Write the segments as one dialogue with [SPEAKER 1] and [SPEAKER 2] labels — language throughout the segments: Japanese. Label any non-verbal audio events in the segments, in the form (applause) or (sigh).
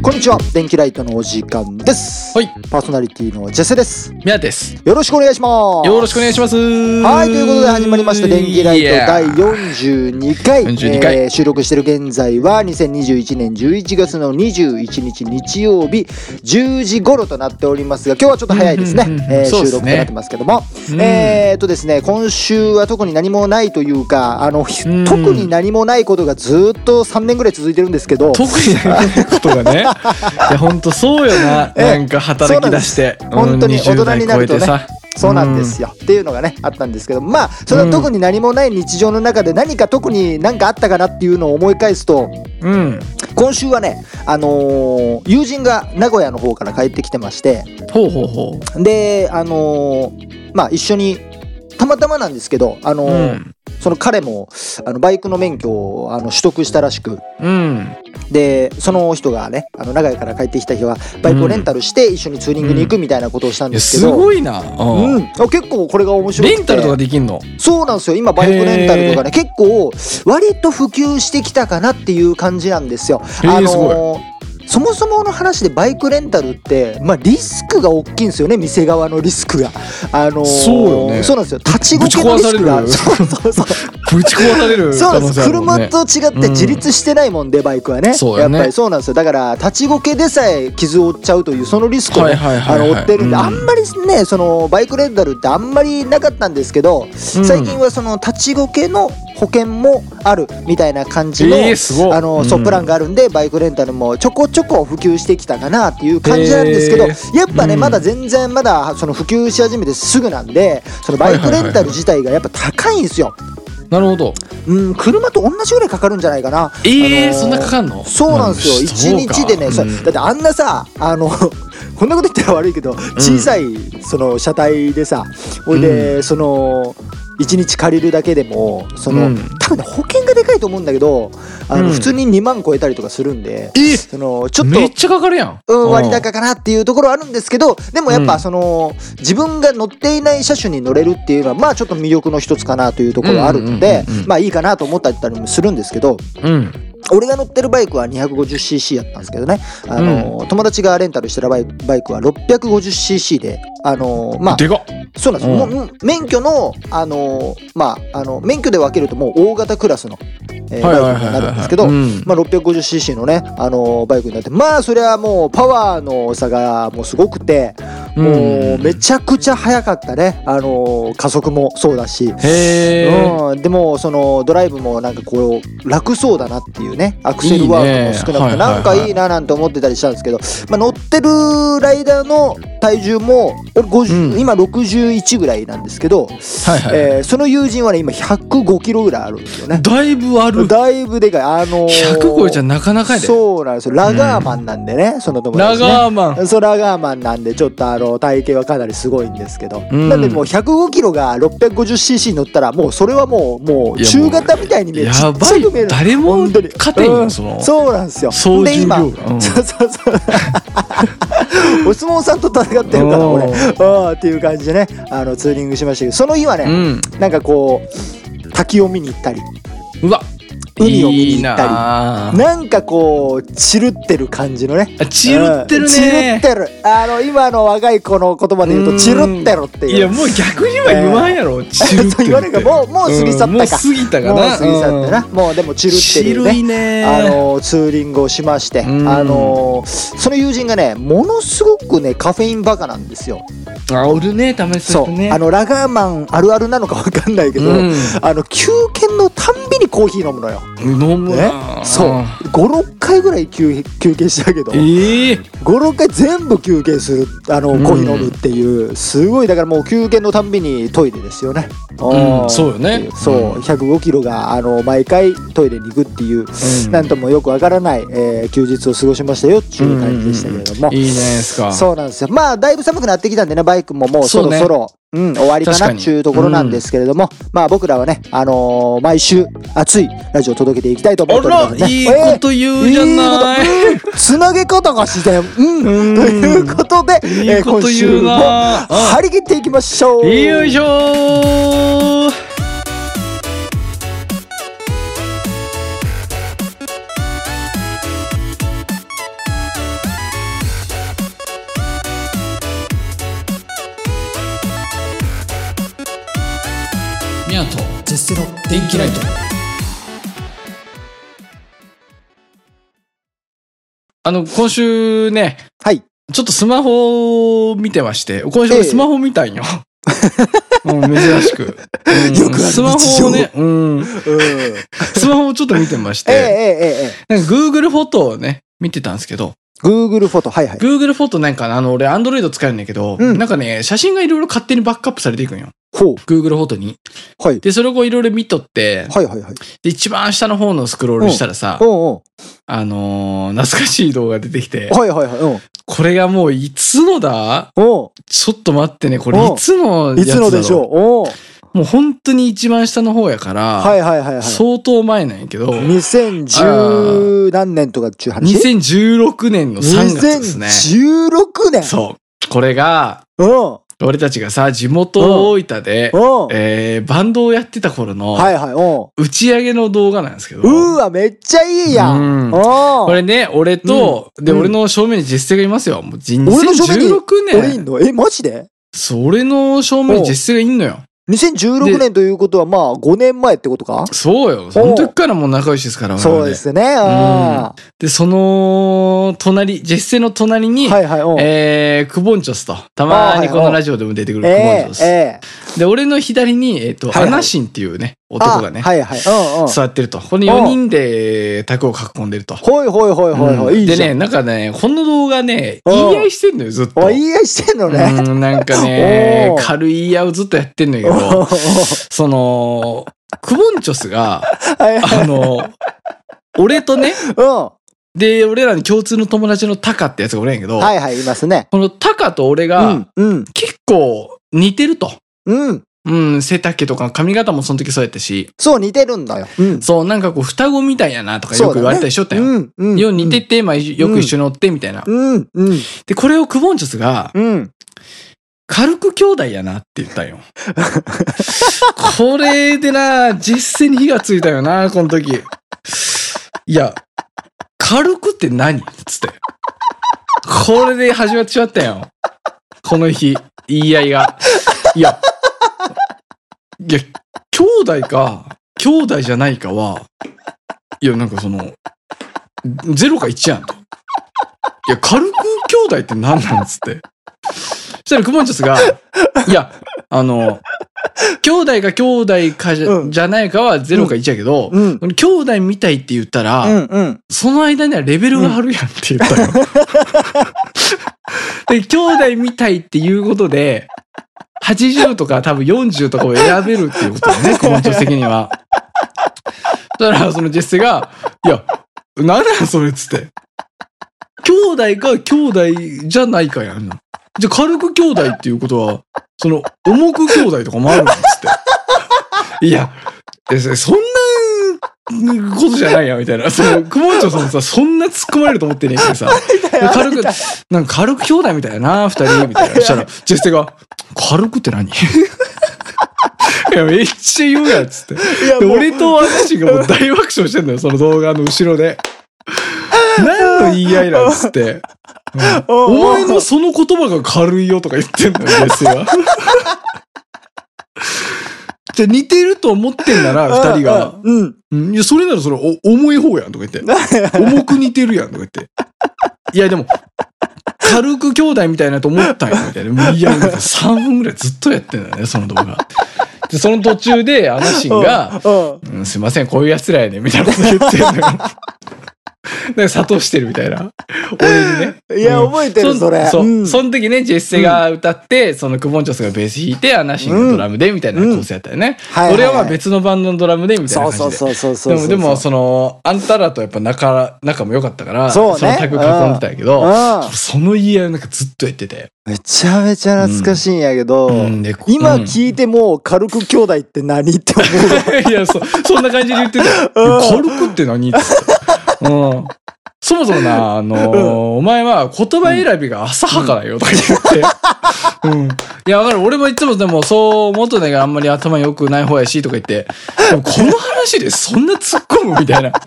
[SPEAKER 1] こんにちは電気ライトのお時間です
[SPEAKER 2] はい、
[SPEAKER 1] パーソナリティのジェセです
[SPEAKER 2] ミヤです。
[SPEAKER 1] よろしくお願いします
[SPEAKER 2] よろしくお願いします。は
[SPEAKER 1] はいということで始まりました「電気ライト」第42回
[SPEAKER 2] 42回
[SPEAKER 1] えー収録してる現在は2021年11月の21日日曜日10時頃となっておりますが今日はちょっと早いですね
[SPEAKER 2] うんうんうんうん
[SPEAKER 1] えー
[SPEAKER 2] そうで
[SPEAKER 1] 収
[SPEAKER 2] す
[SPEAKER 1] 録
[SPEAKER 2] ね
[SPEAKER 1] となってますけども
[SPEAKER 2] うん
[SPEAKER 1] えーっとですね今週は特に何もないというかあの特
[SPEAKER 2] ん
[SPEAKER 1] に何もないことがずっと3年ぐらい続いてるんですけど
[SPEAKER 2] 特にないことが
[SPEAKER 1] (laughs)
[SPEAKER 2] ね。いや、本当そうよな。
[SPEAKER 1] ええ
[SPEAKER 2] なんか働き出して。
[SPEAKER 1] そうなんです
[SPEAKER 2] うん
[SPEAKER 1] 本当に大人になるとね
[SPEAKER 2] 20代超えてさ
[SPEAKER 1] そうなんですよ、っていうのがねあったんですけどまあそれは特に何もない日常の中で何か特に何かあったかなっていうのを思い返すと
[SPEAKER 2] うん。
[SPEAKER 1] 今週はね、あのー友人が名古屋の方から帰ってきてまして
[SPEAKER 2] ほうほうほ
[SPEAKER 1] で、あのーまあ、一緒にたまたまなんですけど、あの
[SPEAKER 2] う。う
[SPEAKER 1] ー
[SPEAKER 2] ん。
[SPEAKER 1] その彼もあのバイクの免許をあの取得したらしく
[SPEAKER 2] うん。
[SPEAKER 1] でその人がねあの長屋から帰ってきた日はバイクをレンタルして一緒にツーリングに行くみたいなことをしたん
[SPEAKER 2] い
[SPEAKER 1] で
[SPEAKER 2] や、
[SPEAKER 1] す
[SPEAKER 2] す
[SPEAKER 1] けど。
[SPEAKER 2] ごいな。うん
[SPEAKER 1] うん、あ結構これが面白くて
[SPEAKER 2] レンタルとかできんの
[SPEAKER 1] そうなんですよ今バイクレンタルとかね結構割と普及してきたかなっていう感じなんですよ。
[SPEAKER 2] へーすご
[SPEAKER 1] そもそもの話でバイクレンタルって、まあ、リスクが大きいんですよね店側のリスクが。あのー
[SPEAKER 2] そうよね
[SPEAKER 1] そうなんですよ立ちこけのリスクが
[SPEAKER 2] ぶち
[SPEAKER 1] そうそう
[SPEAKER 2] (laughs)
[SPEAKER 1] そう
[SPEAKER 2] ぶち壊される
[SPEAKER 1] そうなん
[SPEAKER 2] 可
[SPEAKER 1] で
[SPEAKER 2] 能
[SPEAKER 1] す
[SPEAKER 2] 性あるもん
[SPEAKER 1] 車
[SPEAKER 2] ね。
[SPEAKER 1] と違って自立してないもんで、バイクはね
[SPEAKER 2] そう
[SPEAKER 1] や
[SPEAKER 2] よ
[SPEAKER 1] っ
[SPEAKER 2] ね
[SPEAKER 1] ぱりそうなんですよだから立ちこけでさえ傷を負っちゃうというそのリスクをね、
[SPEAKER 2] はいはいはいはい
[SPEAKER 1] あの負ってるんで、
[SPEAKER 2] うん
[SPEAKER 1] あんまりねそのバイクレンタルってあんまりなかったんですけど、最近はその立ちこけの保険もあるみたいな感じの、
[SPEAKER 2] えーすごい
[SPEAKER 1] あのそう
[SPEAKER 2] うん
[SPEAKER 1] プランがあるんでバイクレンタルもちょこちょこ普及してきたかなっていう感じなんですけど、
[SPEAKER 2] へ
[SPEAKER 1] やっぱね、
[SPEAKER 2] うん
[SPEAKER 1] まだ全然まだその普及し始めてすぐなんでそのバイクレンタル自体がやっぱ高いんですよ。
[SPEAKER 2] なるほど。
[SPEAKER 1] うん、車と同じぐらいかかるんじゃないかな。あのー
[SPEAKER 2] えー、そんなかかんの
[SPEAKER 1] そうなんですよ。一日でね、それだってあんなさ、あの。 (laughs) こんなこと言ったら悪いけど、小さいその車体でさ、ほいで、その。一日借りるだけでも、その、
[SPEAKER 2] うん
[SPEAKER 1] 多分ね、保険がでかいと思うんだけど。あの、
[SPEAKER 2] うん
[SPEAKER 1] 普通に2万超えたりとかするんで、
[SPEAKER 2] え
[SPEAKER 1] その、ちょっと
[SPEAKER 2] めっ。ちゃかかるやん。
[SPEAKER 1] うん、割高かなっていうところはあるんですけどでもやっ
[SPEAKER 2] う
[SPEAKER 1] ぱ
[SPEAKER 2] ん
[SPEAKER 1] その、自分が乗っていない車種に乗れるっていうのはまあちょっと魅力の一つかなというところはあるので
[SPEAKER 2] うんうんうんうん
[SPEAKER 1] まあいいかなと思ったりもするんですけど
[SPEAKER 2] うん。
[SPEAKER 1] 俺が乗ってるバイクは 250cc やったんですけどねあの、友達がレンタルしてるバイクバイクは 650cc であのまあ
[SPEAKER 2] でかっ
[SPEAKER 1] そうなんですよ、
[SPEAKER 2] うん
[SPEAKER 1] もううん免許のあのまああの免許で分けるともう大型クラスの、えー
[SPEAKER 2] はいは
[SPEAKER 1] バ
[SPEAKER 2] い
[SPEAKER 1] イク
[SPEAKER 2] はい
[SPEAKER 1] に
[SPEAKER 2] は
[SPEAKER 1] ないるんですけど、
[SPEAKER 2] うん
[SPEAKER 1] まあ、650cc のね、あのバイクになってまあそれはもうパワーの差がもうすごくて、もうめちゃくちゃ速かったね、あの加速もそうだし。
[SPEAKER 2] へえ。
[SPEAKER 1] うん、でもそのドライブもなんかこう楽そうだなっていうねアクセルワークも少なくて
[SPEAKER 2] いいね
[SPEAKER 1] なんかいいななんて思ってたりしたんですけど、まあ、乗ってるライダーの体重も俺50
[SPEAKER 2] うん
[SPEAKER 1] 今61ぐらいなんですけど、
[SPEAKER 2] はいはい。
[SPEAKER 1] えーその友人はね今105キロぐらいあるんですよね。
[SPEAKER 2] だいぶある。
[SPEAKER 1] だいぶでかいあのー
[SPEAKER 2] 100超えちゃなかなかやで。
[SPEAKER 1] そうなんですよラガーマンなんでね、その友
[SPEAKER 2] ラ
[SPEAKER 1] 達、ね、
[SPEAKER 2] ガーマン。
[SPEAKER 1] そうラガーマンなんでちょっとあの体型はかなりすごいんですけど、
[SPEAKER 2] うん
[SPEAKER 1] なんでもう105キロが 650cc 乗ったらもうそれはもうもう
[SPEAKER 2] いや
[SPEAKER 1] 中型みたいに見えるち
[SPEAKER 2] や
[SPEAKER 1] っ
[SPEAKER 2] ば
[SPEAKER 1] ちゃ
[SPEAKER 2] い
[SPEAKER 1] く見え。る
[SPEAKER 2] 誰も
[SPEAKER 1] 本当に
[SPEAKER 2] 勝てん
[SPEAKER 1] う
[SPEAKER 2] よ、
[SPEAKER 1] ん
[SPEAKER 2] その。
[SPEAKER 1] そうなんですよ
[SPEAKER 2] 総
[SPEAKER 1] で
[SPEAKER 2] 重
[SPEAKER 1] 今
[SPEAKER 2] 量が。うん
[SPEAKER 1] そうそうそうお相撲さんと戦ってるから俺
[SPEAKER 2] お
[SPEAKER 1] ああっていう感じでねあのツーリングしましたけどその日は
[SPEAKER 2] う
[SPEAKER 1] ね、
[SPEAKER 2] ん。
[SPEAKER 1] なんかこう滝を見に行ったり
[SPEAKER 2] うわ。
[SPEAKER 1] 海を見に行ったり
[SPEAKER 2] た
[SPEAKER 1] なんかこうチルってる感じのね
[SPEAKER 2] チルってる
[SPEAKER 1] チル
[SPEAKER 2] ね
[SPEAKER 1] っ。てる。あの、今の若い子の言葉で言う
[SPEAKER 2] う
[SPEAKER 1] と、
[SPEAKER 2] ん
[SPEAKER 1] チルってるっていう。
[SPEAKER 2] いや、もう逆には言わんやろ。チルってる
[SPEAKER 1] (laughs)
[SPEAKER 2] って。
[SPEAKER 1] そう言われるけどもうもう過ぎ去ったか
[SPEAKER 2] んもう過ぎたかな。
[SPEAKER 1] もう過ぎ去ってな。もうでもチルってるよね。
[SPEAKER 2] いね。
[SPEAKER 1] あのツーリングをしまして、
[SPEAKER 2] うん
[SPEAKER 1] あのその友人がねものすごくねカフェインバカなんですよ、
[SPEAKER 2] あ、おるね、試す
[SPEAKER 1] そ
[SPEAKER 2] と
[SPEAKER 1] う、
[SPEAKER 2] ね。
[SPEAKER 1] あのラガーマンあるあるなのか分かんないけど、
[SPEAKER 2] うん
[SPEAKER 1] あの休憩のたんびにコーヒー飲むのよ、
[SPEAKER 2] 飲む
[SPEAKER 1] ね
[SPEAKER 2] な、
[SPEAKER 1] そう56回ぐらい休休憩したけど
[SPEAKER 2] ええ
[SPEAKER 1] 56回全部休憩するあの
[SPEAKER 2] うん
[SPEAKER 1] コーヒー飲むっていう、すごいだからもう休憩のたんびにトイレですよね、あー
[SPEAKER 2] そうよね
[SPEAKER 1] そう
[SPEAKER 2] うん
[SPEAKER 1] 105キロがあの毎回トイレに行くっていう、
[SPEAKER 2] うん
[SPEAKER 1] なんともよくわからない、えー休日を過ごしましたよっていう感じでしたけれども、
[SPEAKER 2] いいじゃないですか。
[SPEAKER 1] そうなんですよまあだいぶ寒くなってきたんでねバイクももうそ
[SPEAKER 2] そう
[SPEAKER 1] ろ
[SPEAKER 2] ね
[SPEAKER 1] そろう、ん、終わりか
[SPEAKER 2] 確
[SPEAKER 1] な
[SPEAKER 2] か
[SPEAKER 1] っ
[SPEAKER 2] に
[SPEAKER 1] ていうところなんですけれども、まあ僕らはね、あのー毎週熱いラジオを届けていきたいと思っておりま
[SPEAKER 2] あ
[SPEAKER 1] す
[SPEAKER 2] ら、
[SPEAKER 1] ね。
[SPEAKER 2] いい
[SPEAKER 1] えー
[SPEAKER 2] こと言うじゃない。
[SPEAKER 1] いいことうん (laughs) つなげ方が自然。うん。
[SPEAKER 2] ん
[SPEAKER 1] ということで、
[SPEAKER 2] いいこと言う
[SPEAKER 1] も
[SPEAKER 2] な
[SPEAKER 1] 張り切っていきましょう。
[SPEAKER 2] よいしょー
[SPEAKER 1] 「
[SPEAKER 3] ミヤと
[SPEAKER 1] 絶世の
[SPEAKER 3] 電気ライト
[SPEAKER 2] あの、今週ね、
[SPEAKER 1] はい
[SPEAKER 2] ちょっとスマホを見てまして、今週俺スマホ見
[SPEAKER 1] (laughs)
[SPEAKER 2] たんよ。うん、珍しく。うん
[SPEAKER 1] よくある
[SPEAKER 2] スマホをね、うん。
[SPEAKER 1] うん
[SPEAKER 2] スマホをちょっと見てまし
[SPEAKER 1] えええ
[SPEAKER 2] て、
[SPEAKER 1] えええ
[SPEAKER 2] なんか Google フォトをね、見てたんですけど、
[SPEAKER 1] Google フォトはいはい
[SPEAKER 2] Google フォトなんかあの、俺 Android 使えるんだけど、
[SPEAKER 1] うん
[SPEAKER 2] なんかね、写真がいろいろ勝手にバックアップされていくんよ。
[SPEAKER 1] ほう
[SPEAKER 2] Google フォトに。
[SPEAKER 1] はい
[SPEAKER 2] で、それをこういろいろ見とって、
[SPEAKER 1] はいはいはい
[SPEAKER 2] で、一番下の方のスクロールしたらさ、
[SPEAKER 1] おうお
[SPEAKER 2] あのー懐かしい動画出てきて
[SPEAKER 1] う、はいはいはいうん
[SPEAKER 2] これがもういつのだ
[SPEAKER 1] お
[SPEAKER 2] ちょっと待ってね、これ
[SPEAKER 1] うん
[SPEAKER 2] いつの
[SPEAKER 1] う
[SPEAKER 2] や
[SPEAKER 1] い
[SPEAKER 2] つだ
[SPEAKER 1] つ
[SPEAKER 2] ろ
[SPEAKER 1] のでしょうおう
[SPEAKER 2] もう本当に一番下の方やから、
[SPEAKER 1] はいはいはいはい
[SPEAKER 2] 相当前なんやけど、
[SPEAKER 1] 2010何年とかっていう話
[SPEAKER 2] 2016年の3月ですね。
[SPEAKER 1] 2016年
[SPEAKER 2] そう。これが、
[SPEAKER 1] うん
[SPEAKER 2] 俺たちがさ、地元大分で、
[SPEAKER 1] うん
[SPEAKER 2] えーバンドをやってた頃の、
[SPEAKER 1] はいはいうん
[SPEAKER 2] 打ち上げの動画なんですけど。
[SPEAKER 1] うーわめっちゃいいやん
[SPEAKER 2] うん
[SPEAKER 1] お
[SPEAKER 2] これね、俺と、
[SPEAKER 1] ん
[SPEAKER 2] で、
[SPEAKER 1] うん
[SPEAKER 2] 俺の正面に実勢がいますよ。もう人
[SPEAKER 1] 俺の正面に
[SPEAKER 2] 2016
[SPEAKER 1] 俺いん
[SPEAKER 2] 年。
[SPEAKER 1] のえマジで
[SPEAKER 2] そう、俺の正面に実勢がいんのよ。
[SPEAKER 1] 2016年ということはまあ5年前ってことか
[SPEAKER 2] そうよ。その時からもう仲良しですから、我々
[SPEAKER 1] そうで。すねうんは
[SPEAKER 2] で、その、隣、実勢の隣
[SPEAKER 1] い
[SPEAKER 2] に、
[SPEAKER 1] はいうん
[SPEAKER 2] えー、クボンチョスと、たまーにこのラジオでも出てくるクボンチョ
[SPEAKER 1] ええ
[SPEAKER 2] ス。
[SPEAKER 1] ええ
[SPEAKER 2] で、俺の左に、えっと、
[SPEAKER 1] はいはい
[SPEAKER 2] アナシンっていうね、男がね
[SPEAKER 1] あ、はいはいうんうん
[SPEAKER 2] 座ってると。この4人で卓を囲んでると。
[SPEAKER 1] ほいほいほいほいほいいい
[SPEAKER 2] で
[SPEAKER 1] じゃん
[SPEAKER 2] ね、なんかね、この動画ね、
[SPEAKER 1] うん
[SPEAKER 2] 言い合いしてんのよ、ずっと。
[SPEAKER 1] お言い合いしてんのね。
[SPEAKER 2] うん、なんかね
[SPEAKER 1] (laughs) お、ー
[SPEAKER 2] 軽い言い合いをずっとやってんだけ
[SPEAKER 1] お
[SPEAKER 2] ど、
[SPEAKER 1] ー
[SPEAKER 2] その、クボンチョスが、
[SPEAKER 1] はいはい
[SPEAKER 2] あの、俺とね、
[SPEAKER 1] う
[SPEAKER 2] で、俺らに共通の友達のタカってやつがおるんやけど、
[SPEAKER 1] ん。はいはい、いますね。
[SPEAKER 2] このタカと俺
[SPEAKER 1] う
[SPEAKER 2] が、
[SPEAKER 1] ん、うん、
[SPEAKER 2] 結構似てると。
[SPEAKER 1] うん。
[SPEAKER 2] うん、背丈とか髪型もその時そうやったし、
[SPEAKER 1] そう、似てるんだよ。うん。
[SPEAKER 2] そう、なんかこう双子みたいやなとかよく言われたりしとったよ。
[SPEAKER 1] うん、うん。
[SPEAKER 2] よう似てて、まあ、よく一緒に乗ってみたいな。
[SPEAKER 1] うん、うん、
[SPEAKER 2] で、これをクボンチョスが、
[SPEAKER 1] うん。
[SPEAKER 2] 軽く兄弟やなって言った
[SPEAKER 1] (laughs)
[SPEAKER 2] んよ。これでな、実践に火がついたよな、この時。いや、軽くって何つって。これで始まっちまったよ。この日、言い合いが。いや、いや、兄弟か、兄弟じゃないかは、いや、なんかその、0か1やんと。いや、軽く兄弟って何なんつって。そしたらクモンチョスが、いや、あの、兄弟か兄弟かじゃ,、
[SPEAKER 1] うん
[SPEAKER 2] じゃないかは0か1やけど、
[SPEAKER 1] うん、
[SPEAKER 2] 兄弟みたいって言ったら、
[SPEAKER 1] うん、うん。
[SPEAKER 2] その間にはレベルがあるやんって言ったよ。 (laughs) で、兄弟みたいっていうことで、80とか多分40とかを選べるっていうことだね、コメント的には。だから、そのジェステが、いや、なんだよ、それっつって。兄弟か兄弟じゃないかやん。じゃあ、軽く兄弟っていうことは、その、重く兄弟とかもあるんですって。いや、えそそんなことじゃないや、みたいな。その、くもんちょさんさ、そんな突っ込まれると思ってねえけどさ、軽く、なんか軽く兄弟みたいやな、二人、みたいな。そしたら、ジェステが、軽くって何いや、めっちゃ言うやん、つって。
[SPEAKER 1] いや
[SPEAKER 2] で
[SPEAKER 1] もう
[SPEAKER 2] 俺と私がもう大爆笑してんだよ、その動画の後ろで。何の言い合いなん
[SPEAKER 1] (laughs)
[SPEAKER 2] つって。
[SPEAKER 1] お
[SPEAKER 2] お
[SPEAKER 1] う
[SPEAKER 2] 前のその言葉が軽いよとか言ってんのよ、別が。 (laughs) じゃあ似てると思ってんなら、二人が。
[SPEAKER 1] うん。
[SPEAKER 2] うんいや、それならそれ、お、重い方やんとか言って。重く似てるやんとか言って。いや、でも、軽く兄弟みたいなと思ったんや、みたいな。いや、なんか3分ぐらいずっとやってんだよね、その動画。で、その途中で、あのシーンが、
[SPEAKER 1] うん。
[SPEAKER 2] うん、すいません、こういう奴らやね、みたいなこと言ってんのよ。なんか、諭してるみたいな。俺にね。
[SPEAKER 1] いや、
[SPEAKER 2] うん
[SPEAKER 1] 覚えてる、
[SPEAKER 2] ん
[SPEAKER 1] それ。
[SPEAKER 2] そう
[SPEAKER 1] うん
[SPEAKER 2] その時ね、ジェッセが歌って、そのクボンチョスがベース弾いて、アナシンがドラムで、みたいな構成やったよね。
[SPEAKER 1] うんはいはいはい
[SPEAKER 2] 俺はまあ別のバンドのドラムで、みたいな
[SPEAKER 1] そ
[SPEAKER 2] 感
[SPEAKER 1] う
[SPEAKER 2] じで。
[SPEAKER 1] そうそうそうそう。
[SPEAKER 2] でも、でも、その、あんたらとやっぱ仲、仲も良かったから、
[SPEAKER 1] そうね
[SPEAKER 2] のタグ囲んでたんやけど、
[SPEAKER 1] うん。
[SPEAKER 2] その言い合いをなんかずっとやってて。
[SPEAKER 1] めちゃめちゃ懐かしいんやけど、
[SPEAKER 2] うんで
[SPEAKER 1] 今
[SPEAKER 2] うん
[SPEAKER 1] 聞いても軽く兄弟って何って思う。
[SPEAKER 2] いや、そ、そんな感じで言って
[SPEAKER 1] (laughs)
[SPEAKER 2] たよ。軽くって何って言ってうん。そもそもな、あのーお前は言葉選びが浅はかだよとか言って。うん。いや、わかる。俺もいつもでもそう思っとんだけど、あんまり頭良くない方やし、とか言って。でもこの話でそんな突っ込むみたいな。やっ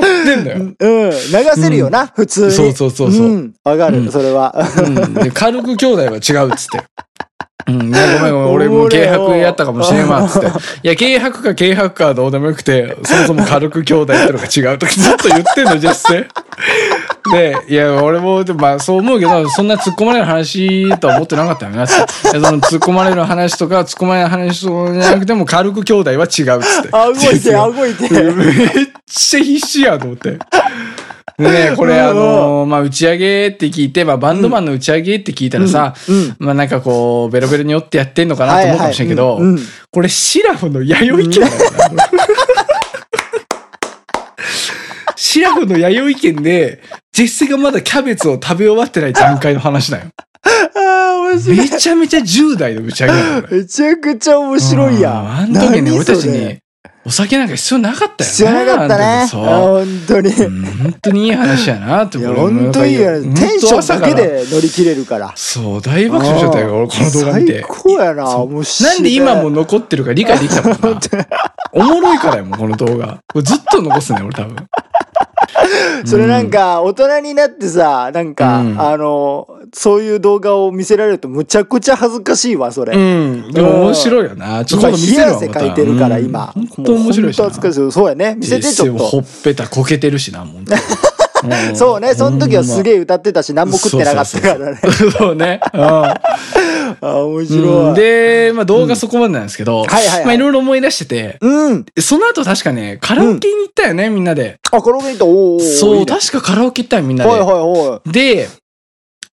[SPEAKER 2] てんだよ。
[SPEAKER 1] うん、流せるよな、普通に。
[SPEAKER 2] そうそうそうそうん
[SPEAKER 1] わかる、
[SPEAKER 2] (laughs) うん
[SPEAKER 1] それは。
[SPEAKER 2] うん。で、軽く兄弟は違うっつって。うん、いやごめんごめん、俺もう軽薄やったかもしれんわ、つって。いや、軽薄か軽薄かはどうでもよくて、そもそも軽く兄弟ってのが違うとかずっと言ってんの、ジェスで。で、いや、俺も、でもまあそう思うけど、そんな突っ込まれる話とは思ってなかったよな、つって。いやその突っ込まれる話とか、突っ込まれる話とかじゃなくても、軽く兄弟は違う、つって。
[SPEAKER 1] あ動いてあ動いて
[SPEAKER 2] (laughs) めっちゃ必死やと
[SPEAKER 1] (laughs)
[SPEAKER 2] 思って。ねえこれあのーまあ、打ち上げって聞いて、まあ、バンドマンの打ち上げって聞いたらさ、
[SPEAKER 1] うん
[SPEAKER 2] まあなんかこう、ベロベロに折ってやってんのかなと思うかもしれんけど、
[SPEAKER 1] はいはいうんうん
[SPEAKER 2] これシラフの弥生県だから
[SPEAKER 1] (laughs)
[SPEAKER 2] な。これシラフの弥生県で、ジェスがまだキャベツを食べ終わってない段階の話だよ。
[SPEAKER 1] あー面白い
[SPEAKER 2] めちゃめちゃ10代の打ち上げだよ、これ。
[SPEAKER 1] めちゃくちゃ面白いや
[SPEAKER 2] うん
[SPEAKER 1] ん。
[SPEAKER 2] あの時ね、
[SPEAKER 1] 何
[SPEAKER 2] 俺
[SPEAKER 1] それ
[SPEAKER 2] たちに、お酒なんか必要なかったよね。
[SPEAKER 1] 必要なかった
[SPEAKER 2] あの
[SPEAKER 1] ね。
[SPEAKER 2] 時そう。
[SPEAKER 1] 本当に。い
[SPEAKER 2] うん本当にいい話やなって
[SPEAKER 1] や、
[SPEAKER 2] 俺も
[SPEAKER 1] 本当にいいや
[SPEAKER 2] なんか
[SPEAKER 1] テンシ
[SPEAKER 2] 本当
[SPEAKER 1] ョン
[SPEAKER 2] 朝
[SPEAKER 1] だ
[SPEAKER 2] か
[SPEAKER 1] け
[SPEAKER 2] ら
[SPEAKER 1] で乗り切れるから。
[SPEAKER 2] そう大爆笑しちゃったよ俺この動画見て
[SPEAKER 1] 最高やな。
[SPEAKER 2] そう
[SPEAKER 1] 面白い
[SPEAKER 2] なんで今も残ってるか理解できたもんな
[SPEAKER 1] (laughs)
[SPEAKER 2] おもろいからやもんこの動画これずっと残すね俺多分
[SPEAKER 1] それなんか、大人になってさ、なんか、
[SPEAKER 2] うん
[SPEAKER 1] あの、そういう動画を見せられるとむちゃくちゃ恥ずかしいわ、それ。
[SPEAKER 2] うんでも面白いよなちょっと
[SPEAKER 1] 今、
[SPEAKER 2] 今度見
[SPEAKER 1] 冷
[SPEAKER 2] せ
[SPEAKER 1] や
[SPEAKER 2] るわ
[SPEAKER 1] 汗
[SPEAKER 2] また
[SPEAKER 1] かいてるから、今。
[SPEAKER 2] うん本当面白いし
[SPEAKER 1] もう本当
[SPEAKER 2] な
[SPEAKER 1] 恥ずかしい。そうやね。見せて、ちょっ
[SPEAKER 2] 実際ほ
[SPEAKER 1] と。
[SPEAKER 2] っぺたこけてるしなもんうん
[SPEAKER 1] そうね。その時はすげえ歌ってたし、何も食ってなかったからね。
[SPEAKER 2] そうねうん
[SPEAKER 1] (laughs) あ、面
[SPEAKER 2] う
[SPEAKER 1] 白
[SPEAKER 2] ん
[SPEAKER 1] い。
[SPEAKER 2] で、まあ動画そこまでなんですけど、
[SPEAKER 1] んはいはいはい
[SPEAKER 2] まあいろいろ思い出してて、
[SPEAKER 1] うん。
[SPEAKER 2] その後確かね、カラオケに行ったよね、みんなで。
[SPEAKER 1] あ、このメント、おーおー。
[SPEAKER 2] そう、
[SPEAKER 1] いいね
[SPEAKER 2] 確かカラオケ行ったよ、みんなで。
[SPEAKER 1] はいはいは
[SPEAKER 2] で、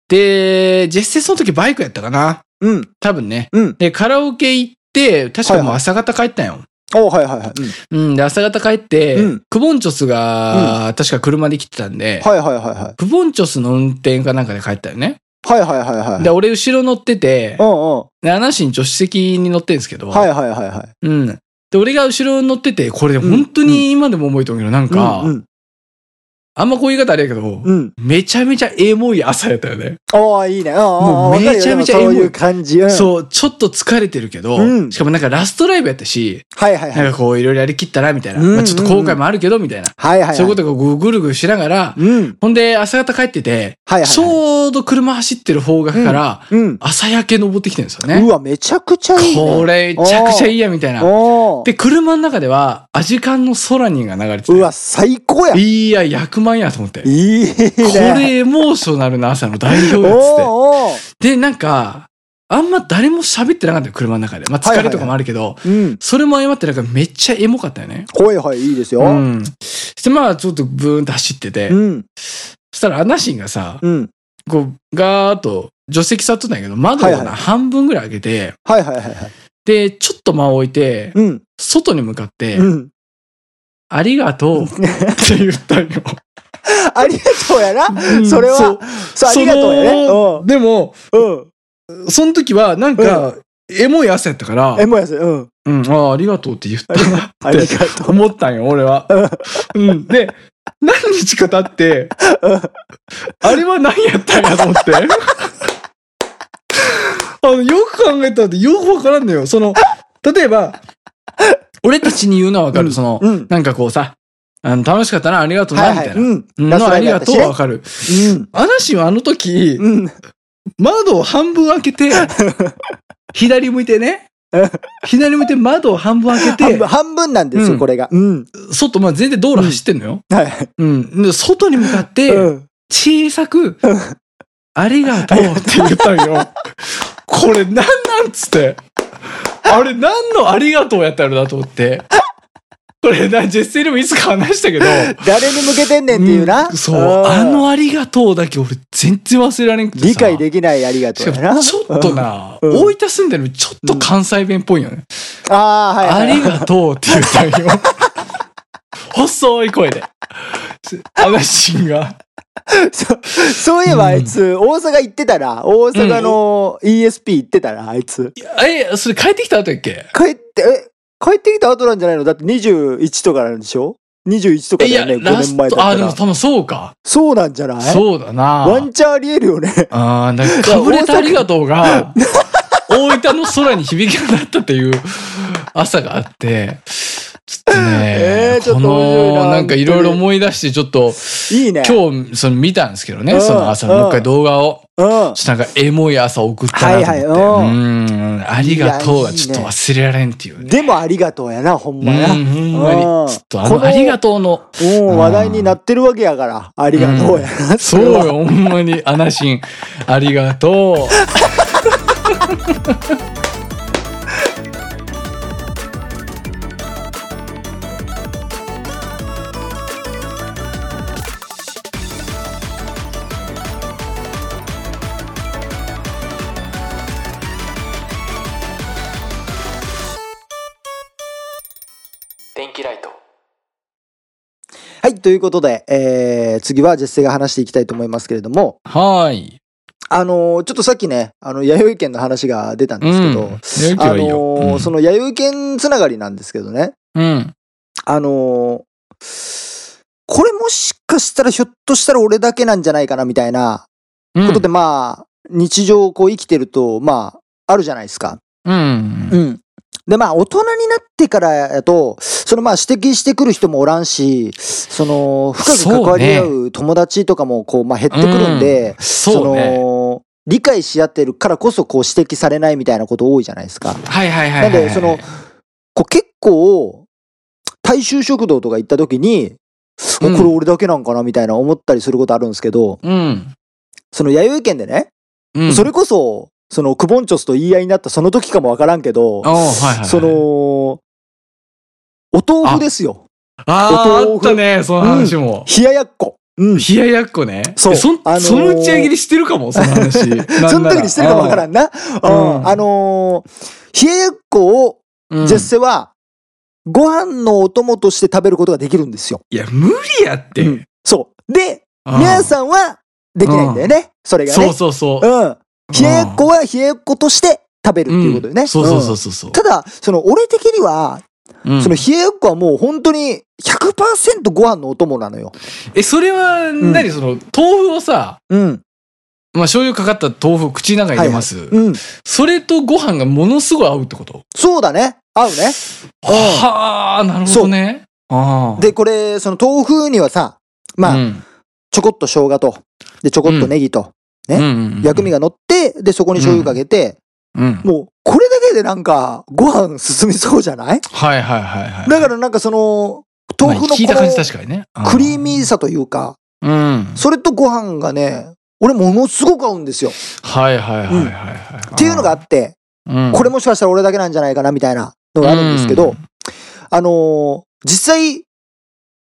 [SPEAKER 2] で、実際その時バイクやったかな。
[SPEAKER 1] い。うん。
[SPEAKER 2] 多分ね。
[SPEAKER 1] うん。
[SPEAKER 2] で、カラオケ行って、確か
[SPEAKER 1] はい
[SPEAKER 2] もう
[SPEAKER 1] はい
[SPEAKER 2] 朝方帰ったんよ。
[SPEAKER 1] おはいはいはい。うん
[SPEAKER 2] うん、で、朝方帰って、
[SPEAKER 1] うん
[SPEAKER 2] クボンチョスが、確か車で来てたんで、
[SPEAKER 1] はいはいはいはい。
[SPEAKER 2] クボンチョスの運転かなんかで帰ったよね。
[SPEAKER 1] はいはいはいはい。
[SPEAKER 2] で、俺後ろ乗ってて
[SPEAKER 1] う、んうん。
[SPEAKER 2] で、アナシン助手席に乗ってんですけど、
[SPEAKER 1] はいはいはいはい。
[SPEAKER 2] うん。で、俺が後ろに乗ってて、これで本当に今でも覚えてるけど、なんか、
[SPEAKER 1] うん
[SPEAKER 2] あんまこういう言い方あれやけど、
[SPEAKER 1] うん。うん。
[SPEAKER 2] めちゃめちゃエモい朝やったよね。
[SPEAKER 1] おーいいね。うんうんうん。
[SPEAKER 2] も
[SPEAKER 1] わ
[SPEAKER 2] う
[SPEAKER 1] かるよ
[SPEAKER 2] めちゃめちゃ
[SPEAKER 1] でもそう
[SPEAKER 2] エモ
[SPEAKER 1] い
[SPEAKER 2] いう
[SPEAKER 1] 感じ。うん
[SPEAKER 2] そう、ちょっと疲れてるけど、
[SPEAKER 1] うん
[SPEAKER 2] しかもなんかラストライブやったし、
[SPEAKER 1] はいはいはい。
[SPEAKER 2] なんかこういろいろやりきったら、みたいな。
[SPEAKER 1] うん
[SPEAKER 2] まあちょっと後悔もあるけど、みたいな。
[SPEAKER 1] はいはいはい。
[SPEAKER 2] そういうことがこうぐるぐるしながら、
[SPEAKER 1] うん。
[SPEAKER 2] ほんで朝方帰ってて、
[SPEAKER 1] はいはいはい。
[SPEAKER 2] ちょうど車走ってる方角から、
[SPEAKER 1] うん。
[SPEAKER 2] 朝焼け登ってきてるんですよ
[SPEAKER 1] う
[SPEAKER 2] ね。
[SPEAKER 1] わ、めちゃくちゃいいね。
[SPEAKER 2] これ、めちゃくちゃいいや、みたいな。
[SPEAKER 1] おー
[SPEAKER 2] で、車の中では、アジカンのソラニンが流れてて
[SPEAKER 1] うわ、最高や。い
[SPEAKER 2] いや、役満やと思って。こ
[SPEAKER 1] いね。
[SPEAKER 2] れ、エモーショナルな朝の代表
[SPEAKER 1] おー
[SPEAKER 2] やつって。
[SPEAKER 1] おー
[SPEAKER 2] で、なんか、あんま誰も喋ってなかったよ、車の中で。まあ、疲れとかもあるけど、
[SPEAKER 1] うん。
[SPEAKER 2] それも相まってなんかめっちゃエモかったよね。
[SPEAKER 1] はいはい、いいですよ。
[SPEAKER 2] う。
[SPEAKER 1] うん
[SPEAKER 2] して、まあ、ちょっとブーンと走ってて、
[SPEAKER 1] ん。
[SPEAKER 2] そしたらアナシンがさ、
[SPEAKER 1] うん。
[SPEAKER 2] こう、ガーッと助手席座っとったんやけど、窓をな、
[SPEAKER 1] はいはい
[SPEAKER 2] 半分ぐらい開けて、
[SPEAKER 1] はいはいはいはい。
[SPEAKER 2] で、ちょっと間を置いて、
[SPEAKER 1] うん。
[SPEAKER 2] 外に向かって、
[SPEAKER 1] うん。
[SPEAKER 2] ありがとうって言ったんよ。
[SPEAKER 1] ありがとうや
[SPEAKER 2] う
[SPEAKER 1] な。(laughs)
[SPEAKER 2] ん
[SPEAKER 1] それは、そう、あ
[SPEAKER 2] そ
[SPEAKER 1] りがとうやね。
[SPEAKER 2] のでも、
[SPEAKER 1] うん。うん。
[SPEAKER 2] その時はなんか、エモい朝やったから、
[SPEAKER 1] え、もやす、うん。
[SPEAKER 2] うん、ああ、ありがとうって
[SPEAKER 1] (laughs)
[SPEAKER 2] 言ったなって
[SPEAKER 1] ありがとう。
[SPEAKER 2] 思ったんよ、俺は。うん。で、何日か経って、あれは何やったんやと思って。あの、よく考えたってよくわからんのよ。その、例えば、俺たちに言うのはわかる。
[SPEAKER 1] うん
[SPEAKER 2] その、
[SPEAKER 1] うん
[SPEAKER 2] なんかこうさ、あの、楽しかったな、ありがとう
[SPEAKER 1] は
[SPEAKER 2] な、
[SPEAKER 1] い
[SPEAKER 2] み
[SPEAKER 1] は
[SPEAKER 2] た
[SPEAKER 1] い。
[SPEAKER 2] いな。
[SPEAKER 1] うん。
[SPEAKER 2] うん
[SPEAKER 1] ラス
[SPEAKER 2] の
[SPEAKER 1] トラ
[SPEAKER 2] あ
[SPEAKER 1] イブ
[SPEAKER 2] り
[SPEAKER 1] や
[SPEAKER 2] が
[SPEAKER 1] った
[SPEAKER 2] と
[SPEAKER 1] し
[SPEAKER 2] う
[SPEAKER 1] ね
[SPEAKER 2] はわかる。
[SPEAKER 1] うん。
[SPEAKER 2] アナシンはあの時、
[SPEAKER 1] うん。
[SPEAKER 2] 窓を半分開
[SPEAKER 1] (laughs)
[SPEAKER 2] けて、左向いてね。左向いて窓を半分開け
[SPEAKER 1] 半
[SPEAKER 2] て
[SPEAKER 1] 分、半分なんです
[SPEAKER 2] うん
[SPEAKER 1] よ、これが。うん。
[SPEAKER 2] 外、まあ全然道路走ってんのよ。
[SPEAKER 1] はい。
[SPEAKER 2] うん。で外に向かって、
[SPEAKER 1] うん
[SPEAKER 2] 小さく、ありがとうって言った
[SPEAKER 1] (laughs)
[SPEAKER 2] んよ。これなんなんつって。あれ何のありがとうやったのだと思って。これな、ジェスティでもいつか話したけど。
[SPEAKER 1] 誰に向けてんねんっていうな。
[SPEAKER 2] んそう。
[SPEAKER 1] ん
[SPEAKER 2] あのありがとうだけ俺全然忘れられんくてさ
[SPEAKER 1] 理解できないありがと
[SPEAKER 2] し
[SPEAKER 1] う
[SPEAKER 2] か
[SPEAKER 1] やな。
[SPEAKER 2] もちょっとな、
[SPEAKER 1] うん
[SPEAKER 2] 大分住んでるのにちょっと関西弁っぽいよね。
[SPEAKER 1] うん。ああ、はいはい。
[SPEAKER 2] ありがとうって言ったん
[SPEAKER 1] (laughs)
[SPEAKER 2] よ。細い声で。アナシンが。
[SPEAKER 1] そうそういえばあいつ、大阪行ってたら、大阪の ESP 行ってたら、あいつ。
[SPEAKER 2] え、それ帰ってきた後やっけ
[SPEAKER 1] 帰って、え、帰ってきた後なんじゃないのだって21とかなんでしょ ?21 とか
[SPEAKER 2] い
[SPEAKER 1] だ
[SPEAKER 2] や、
[SPEAKER 1] よね、5
[SPEAKER 2] ラ
[SPEAKER 1] 年
[SPEAKER 2] ス
[SPEAKER 1] 前だ
[SPEAKER 2] ト、あ、
[SPEAKER 1] っ
[SPEAKER 2] で
[SPEAKER 1] た
[SPEAKER 2] も
[SPEAKER 1] ら。
[SPEAKER 2] 多分そうか。
[SPEAKER 1] そうなんじゃない
[SPEAKER 2] そうだな。
[SPEAKER 1] ワンチャンありえるよね。 (laughs)
[SPEAKER 2] ああ、なんか、かぶれたありがとうが、 (laughs) 大分の空に響き渡ったっていう朝があって、ち
[SPEAKER 1] (laughs) え
[SPEAKER 2] ね
[SPEAKER 1] ーちょ
[SPEAKER 2] こ
[SPEAKER 1] っと面白いな
[SPEAKER 2] の、なんかいろいろ思い出して、ちょっと、
[SPEAKER 1] いいね。
[SPEAKER 2] 今日、その見たんですけど
[SPEAKER 1] う
[SPEAKER 2] ね、
[SPEAKER 1] ん
[SPEAKER 2] その朝、
[SPEAKER 1] うん
[SPEAKER 2] もう一回動画を、
[SPEAKER 1] うん。
[SPEAKER 2] ちょっとなんかエモい朝送ったなと思って、う
[SPEAKER 1] はいはい
[SPEAKER 2] ん、ありがとうが
[SPEAKER 1] いやいいね
[SPEAKER 2] ちょっと忘れられんっていうね。
[SPEAKER 1] でもありがとうやな、ほん
[SPEAKER 2] うん、ほ
[SPEAKER 1] まや。うん
[SPEAKER 2] んまに。ちょっとあ
[SPEAKER 1] こ
[SPEAKER 2] の、
[SPEAKER 1] の
[SPEAKER 2] ありがとうの、
[SPEAKER 1] ん、話題になってるわけやから、ありがとうやな。
[SPEAKER 2] そうよ、ほんまに、アナシン、ありがとう。
[SPEAKER 3] 電気ライト
[SPEAKER 1] はい、ということで、えー、次はジェッセが話していきたいと思いますけれども、
[SPEAKER 2] はーい。
[SPEAKER 1] あのーちょっとさっきね、あの、弥生県の話が出たんですけど、
[SPEAKER 2] うん、
[SPEAKER 1] あ
[SPEAKER 2] あ
[SPEAKER 1] のー
[SPEAKER 2] の
[SPEAKER 1] その弥生県つながりなんですけどね、
[SPEAKER 2] うん。
[SPEAKER 1] あのーこれもしかしたらひょっとしたら俺だけなんじゃないかなみたいな
[SPEAKER 2] うん。
[SPEAKER 1] ことで、まあ、日常こう生きてると、まあ、あるじゃないですか。
[SPEAKER 2] うん。
[SPEAKER 1] うん。で、まあ、大人になってからやと、そのまあ、指摘してくる人もおらんし、その、深く関わり合う友達とかも、こう、まあ、減ってくるんで、
[SPEAKER 2] そうね。
[SPEAKER 1] の、理解し合ってるからこそ、こう、指摘されないみたいなこと多いじゃないですか。
[SPEAKER 2] はいはいは
[SPEAKER 1] な
[SPEAKER 2] いは
[SPEAKER 1] ん
[SPEAKER 2] いはい。
[SPEAKER 1] で、その、こう、結構、大衆食堂とか行った時に、お
[SPEAKER 2] うん
[SPEAKER 1] これ俺だけなんかなみたいな思ったりすることあるんですけど、
[SPEAKER 2] うん、
[SPEAKER 1] その、弥生県でね、
[SPEAKER 2] うん。
[SPEAKER 1] それこそ、その、クボンチョスと言い合いになったその時かもわからんけど、
[SPEAKER 2] あ、はいはいはい。
[SPEAKER 1] その、お豆腐ですよ。
[SPEAKER 2] あ
[SPEAKER 1] お
[SPEAKER 2] ー、あ
[SPEAKER 1] 豆
[SPEAKER 2] っ
[SPEAKER 1] 腐
[SPEAKER 2] たね、その話も。
[SPEAKER 1] 冷ややっこ。うん。
[SPEAKER 2] 冷ややっこね。
[SPEAKER 1] そう
[SPEAKER 2] えそん
[SPEAKER 1] あのー
[SPEAKER 2] その打ち上げにしてるかも、その話。
[SPEAKER 1] (laughs) その時にしてるかもわから
[SPEAKER 2] ん
[SPEAKER 1] んな。うん。
[SPEAKER 2] うん
[SPEAKER 1] あのー冷ややっこを、
[SPEAKER 2] な。うん
[SPEAKER 1] ジェッセは、ご飯のお供として食べることができるんですよ。
[SPEAKER 2] いや、無理やって。
[SPEAKER 1] うんそう。で、
[SPEAKER 2] あー
[SPEAKER 1] 皆さんは、できないんだよね。それが
[SPEAKER 2] そう
[SPEAKER 1] ね。
[SPEAKER 2] そうそうう。
[SPEAKER 1] ん。冷ややっこは冷ややっことして食べるっていうことよね。
[SPEAKER 2] んそうそうそうんそうそう。
[SPEAKER 1] ただ、その、俺的には、
[SPEAKER 2] うん
[SPEAKER 1] その、冷ややっこはもう本当に100%ご飯のお供なのよ。
[SPEAKER 2] え、それは何、その、豆腐をさ、
[SPEAKER 1] うん。
[SPEAKER 2] まあ、醤油かかった豆腐、口の中に入れます、
[SPEAKER 1] うん。
[SPEAKER 2] それとご飯がものすごい合うってこと
[SPEAKER 1] そうだね。合うね。
[SPEAKER 2] はあ、なるほどね。ああ。
[SPEAKER 1] で、これ、その豆腐にはさ、まあ、
[SPEAKER 2] うん
[SPEAKER 1] ちょこっと生姜と、で、ちょこっとネギと、ね
[SPEAKER 2] うんうんうん
[SPEAKER 1] 薬味が乗って、で、そこに醤油かけて、
[SPEAKER 2] うん。
[SPEAKER 1] もう、これだけでなんか、ご飯進みそうじゃない
[SPEAKER 2] はいはいはいはい。
[SPEAKER 1] だからなんかその、豆腐
[SPEAKER 2] ま
[SPEAKER 1] の
[SPEAKER 2] あ聞いた感じ
[SPEAKER 1] こ
[SPEAKER 2] 確かにね。
[SPEAKER 1] のクリーミーさというか、
[SPEAKER 2] ー。うん。
[SPEAKER 1] それとご飯がね、俺ものすごく合うんですよ。っ
[SPEAKER 2] はいはいはいはいはい。
[SPEAKER 1] ていうのがあって、
[SPEAKER 2] うん、
[SPEAKER 1] これもしかしたら俺だけなんじゃないかな、みたいなのがあるんですけ
[SPEAKER 2] う
[SPEAKER 1] ど、あのー実際、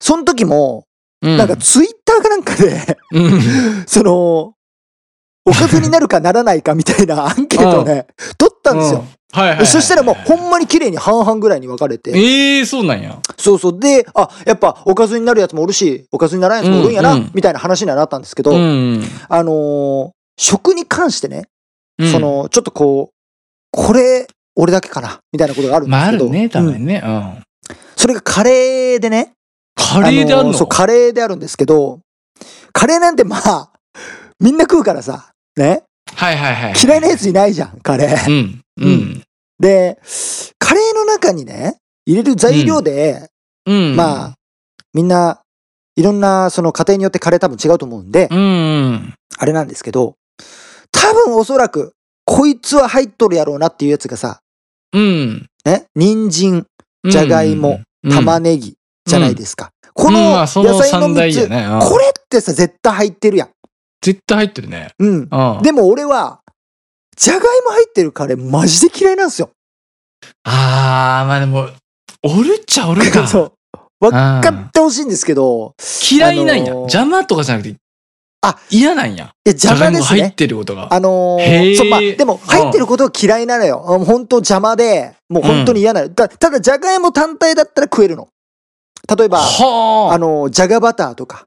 [SPEAKER 1] その時も、
[SPEAKER 2] うん、
[SPEAKER 1] なんかツイッターかなんかで、 (laughs)
[SPEAKER 2] うん、
[SPEAKER 1] その、おかずになるかならないかみたいな (laughs) アンケートをね、取ったんですよ。
[SPEAKER 2] うん。はいはい、はい。
[SPEAKER 1] そしたらもうほんまに綺麗に半々ぐらいに分かれて。
[SPEAKER 2] ええー、そうなんや。
[SPEAKER 1] そうそう。で、あ、やっぱおかずになるやつもおるし、おかずにならないやつもおるんやな、
[SPEAKER 2] うんうん
[SPEAKER 1] みたいな話にはなったんですけど、
[SPEAKER 2] うん。
[SPEAKER 1] あのー食に関してね、
[SPEAKER 2] うん
[SPEAKER 1] そ、の、ちょっとこう、これ、俺だけかな、みたいなことがあるんで
[SPEAKER 2] まあ、あ
[SPEAKER 1] すけど。
[SPEAKER 2] るね、多
[SPEAKER 1] う
[SPEAKER 2] 分
[SPEAKER 1] ん
[SPEAKER 2] ね。うん。
[SPEAKER 1] それがカレーでね。
[SPEAKER 2] カレーであ
[SPEAKER 1] の
[SPEAKER 2] るの
[SPEAKER 1] ーそう、カレーであるんですけど、カレーなんてまあ、みんな食うからさ、ね。
[SPEAKER 2] はいはいはい。
[SPEAKER 1] 嫌いなやついないじゃん、カレー。
[SPEAKER 2] うん。うん。
[SPEAKER 1] で、カレーの中にね、入れる材料で、
[SPEAKER 2] うん。
[SPEAKER 1] まあ、みんな、いろんな、その家庭によってカレー多分違うと思うんで、
[SPEAKER 2] うんうん。
[SPEAKER 1] あれなんですけど、多分おそらく、こいつは入っとるやろうなっていうやつがさ、
[SPEAKER 2] うん。
[SPEAKER 1] ね、人参、
[SPEAKER 2] うん。
[SPEAKER 1] じゃがいも、
[SPEAKER 2] うん、
[SPEAKER 1] 玉ねぎじゃないですか。こ
[SPEAKER 2] うん
[SPEAKER 1] の
[SPEAKER 2] ま
[SPEAKER 1] 野
[SPEAKER 2] あその
[SPEAKER 1] 菜の
[SPEAKER 2] 三
[SPEAKER 1] 3
[SPEAKER 2] 大
[SPEAKER 1] つ、
[SPEAKER 2] やね。うん
[SPEAKER 1] これってさ、絶対入ってるやん。
[SPEAKER 2] 絶対入ってるね。
[SPEAKER 1] うん。
[SPEAKER 2] うん。
[SPEAKER 1] でも俺は、じゃがいも入ってるカレーマジで嫌いなんですよ。
[SPEAKER 2] あー、まあでも、おるっちゃおる
[SPEAKER 1] (laughs)
[SPEAKER 2] か。
[SPEAKER 1] そう。
[SPEAKER 2] う
[SPEAKER 1] わ
[SPEAKER 2] ん
[SPEAKER 1] 買ってほしいんですけど、
[SPEAKER 2] 嫌いなんや。
[SPEAKER 1] あのー
[SPEAKER 2] 邪魔とかじゃなくて、
[SPEAKER 1] あ、
[SPEAKER 2] 嫌なんや。
[SPEAKER 1] いや、邪魔で
[SPEAKER 2] が
[SPEAKER 1] す
[SPEAKER 2] 入っ
[SPEAKER 1] ね。
[SPEAKER 2] てることが。
[SPEAKER 1] あの
[SPEAKER 2] へ
[SPEAKER 1] ー、
[SPEAKER 2] ー
[SPEAKER 1] そう、まあ、でも、入ってることは嫌いなのよ。あもう本当邪魔で、もう本当に嫌なの。だただ、じゃがいも単体だったら食えるの。例えば、
[SPEAKER 2] は
[SPEAKER 1] あのー、じゃがバターとか、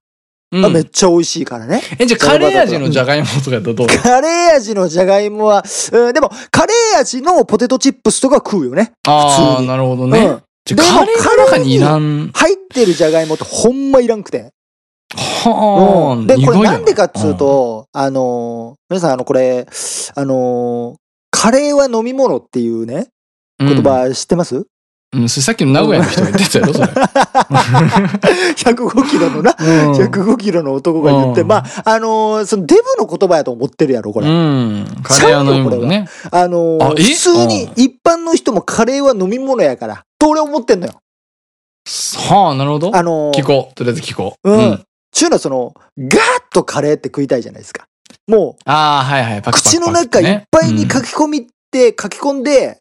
[SPEAKER 2] うん
[SPEAKER 1] あめっちゃ美味しいからね。
[SPEAKER 2] え、じゃあカレー味のじゃがいもとかやったらどう
[SPEAKER 1] カレー味のじゃがいもは、うん、でも、カレー味のポテトチップスとかは食うよね。
[SPEAKER 2] あ
[SPEAKER 1] 普通
[SPEAKER 2] あ、
[SPEAKER 1] に
[SPEAKER 2] なるほど
[SPEAKER 1] う
[SPEAKER 2] ね
[SPEAKER 1] ん。
[SPEAKER 2] じゃ
[SPEAKER 1] でも
[SPEAKER 2] あカレーの中にいらん。
[SPEAKER 1] 入ってるじゃがいもってほんまいらんくて。
[SPEAKER 2] は
[SPEAKER 1] うん
[SPEAKER 2] あ。
[SPEAKER 1] で、これ
[SPEAKER 2] 苦いよ
[SPEAKER 1] なんでかっつう、と、あのー、皆さん、あの、これ、あのー、カレーは飲み物っていうね、
[SPEAKER 2] う
[SPEAKER 1] 言
[SPEAKER 2] ん
[SPEAKER 1] 葉知ってます、
[SPEAKER 2] うん、それさっきの名古屋の人が言ってたや
[SPEAKER 1] (laughs)
[SPEAKER 2] ろ、それ。
[SPEAKER 1] 105キロのな、
[SPEAKER 2] うん
[SPEAKER 1] 105キロの男が言って、
[SPEAKER 2] うん
[SPEAKER 1] まあ、あのーそのデブの言葉やと思ってるやろ、これ。
[SPEAKER 2] うん。カレー屋の飲み物ね。
[SPEAKER 1] あのー
[SPEAKER 2] あえ
[SPEAKER 1] 普通に
[SPEAKER 2] うん
[SPEAKER 1] 一般の人もカレーは飲み物やから、と俺思ってんのよ。
[SPEAKER 2] はあ、なるほど。
[SPEAKER 1] あのー
[SPEAKER 2] 聞こう。とりあえず聞こう。
[SPEAKER 1] うん。ちゅうのはその、ガーッとカレーって食いたいじゃないですか。もう、
[SPEAKER 2] ああ、はいはい。パクパク
[SPEAKER 1] 口の
[SPEAKER 2] パク
[SPEAKER 1] 中い
[SPEAKER 2] ね
[SPEAKER 1] っぱいに書き込みって、書き込んで、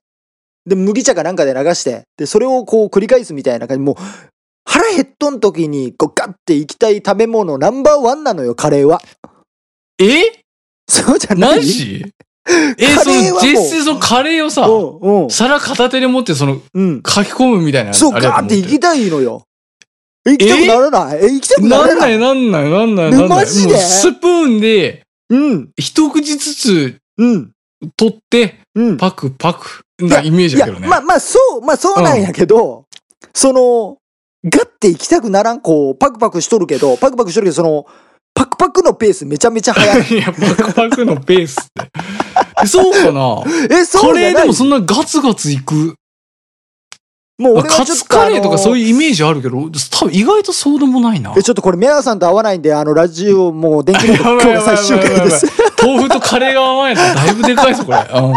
[SPEAKER 1] で、麦茶かなんかで流して、で、それをこう繰り返すみたいな感じ、もう、腹減っとん時に、こう、ガッて行きたい食べ物ナンバーワンなのよ、カレーは。 (laughs)
[SPEAKER 2] うんえ
[SPEAKER 1] そうじゃない
[SPEAKER 2] マジえ、
[SPEAKER 1] カ
[SPEAKER 2] そ
[SPEAKER 1] レーはもう
[SPEAKER 2] の、実際そのカレーをさ、
[SPEAKER 1] うん、うん。
[SPEAKER 2] 皿片手で持って、その、
[SPEAKER 1] うん。
[SPEAKER 2] 書き込むみたいな。
[SPEAKER 1] そう、
[SPEAKER 2] あれや
[SPEAKER 1] ガーって行き
[SPEAKER 2] と
[SPEAKER 1] たいのよ。え行きたくならないえ行きたく
[SPEAKER 2] 思
[SPEAKER 1] な
[SPEAKER 2] って
[SPEAKER 1] ら
[SPEAKER 2] な
[SPEAKER 1] ない
[SPEAKER 2] んないなんないなんない
[SPEAKER 1] ね
[SPEAKER 2] なんない。
[SPEAKER 1] マジで
[SPEAKER 2] もうスプーンで、
[SPEAKER 1] うん、
[SPEAKER 2] 一口ずつ
[SPEAKER 1] うん、
[SPEAKER 2] 取って、
[SPEAKER 1] うん。
[SPEAKER 2] パクパクなイメージ
[SPEAKER 1] い
[SPEAKER 2] だ
[SPEAKER 1] や
[SPEAKER 2] けど、ね。
[SPEAKER 1] まあまあ、そう、まあそうなんやけど、その、ガッて行きたくならん、こう、パクパクしとるけど、パクパクしとるけど、その、パクパクのペースめちゃめちゃ速い。
[SPEAKER 2] (laughs) いや、パクパクのペースって。えそうかな
[SPEAKER 1] え、そ
[SPEAKER 2] カ
[SPEAKER 1] うじ
[SPEAKER 2] レ
[SPEAKER 1] ゃ
[SPEAKER 2] ー
[SPEAKER 1] な
[SPEAKER 2] で
[SPEAKER 1] い
[SPEAKER 2] もそんなガツガツいく。
[SPEAKER 1] もう俺
[SPEAKER 2] カ
[SPEAKER 1] はちょっ
[SPEAKER 2] ツ
[SPEAKER 1] と、
[SPEAKER 2] カレーとかそう
[SPEAKER 1] いう。
[SPEAKER 2] いうイメージあるけど、多分意外とそうでもないな
[SPEAKER 1] (laughs) え、。ちょっとこれ、メアさんと会わないんで、あの、ラジオもう電
[SPEAKER 2] (laughs)
[SPEAKER 1] 気の今日が最終回です。
[SPEAKER 2] 豆腐とカレーが甘いのだいぶでかいぞ、これ。うん。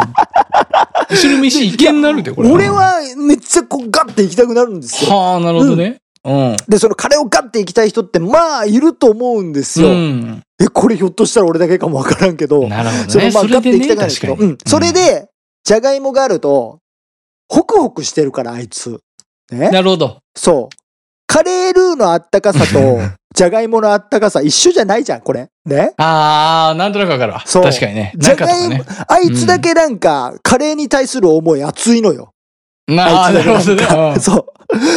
[SPEAKER 2] 一緒に飯いけになるで、これ。
[SPEAKER 1] 俺。はめっちゃこうガッて行きたくなるんですよ。
[SPEAKER 2] はあ、なるほどね。うん。
[SPEAKER 1] で、そのカレーをガッて行きたい人って、まあ、いると思うんです
[SPEAKER 2] う
[SPEAKER 1] よ。
[SPEAKER 2] ん。
[SPEAKER 1] え、これひょっとしたら俺だけかもわからんけど、
[SPEAKER 2] なるほど
[SPEAKER 1] その
[SPEAKER 2] ね。
[SPEAKER 1] まあ
[SPEAKER 2] そ
[SPEAKER 1] ガ
[SPEAKER 2] れ
[SPEAKER 1] ッて
[SPEAKER 2] で
[SPEAKER 1] 行きた
[SPEAKER 2] ね、
[SPEAKER 1] くなるんです
[SPEAKER 2] 確
[SPEAKER 1] け
[SPEAKER 2] か
[SPEAKER 1] ど、
[SPEAKER 2] に。
[SPEAKER 1] うん。それで、じゃがいもがあると、ホクホクしてるから、あいつ。ね
[SPEAKER 2] なるほど。
[SPEAKER 1] そう。カレールーのあったかさ
[SPEAKER 2] (laughs)
[SPEAKER 1] と、じゃがいものあったかさ、一緒じゃないじゃん、これ。ね
[SPEAKER 2] あー、なんとなくわかるわ。
[SPEAKER 1] そう
[SPEAKER 2] 確かにね。
[SPEAKER 1] じゃ
[SPEAKER 2] 中と
[SPEAKER 1] が
[SPEAKER 2] か
[SPEAKER 1] いも
[SPEAKER 2] ね。、
[SPEAKER 1] あいつだけなんか、カレーに対する思い熱いのよ。
[SPEAKER 2] なあー、
[SPEAKER 1] あい
[SPEAKER 2] な
[SPEAKER 1] つだ
[SPEAKER 2] る
[SPEAKER 1] け
[SPEAKER 2] ほどね。うん
[SPEAKER 1] そう。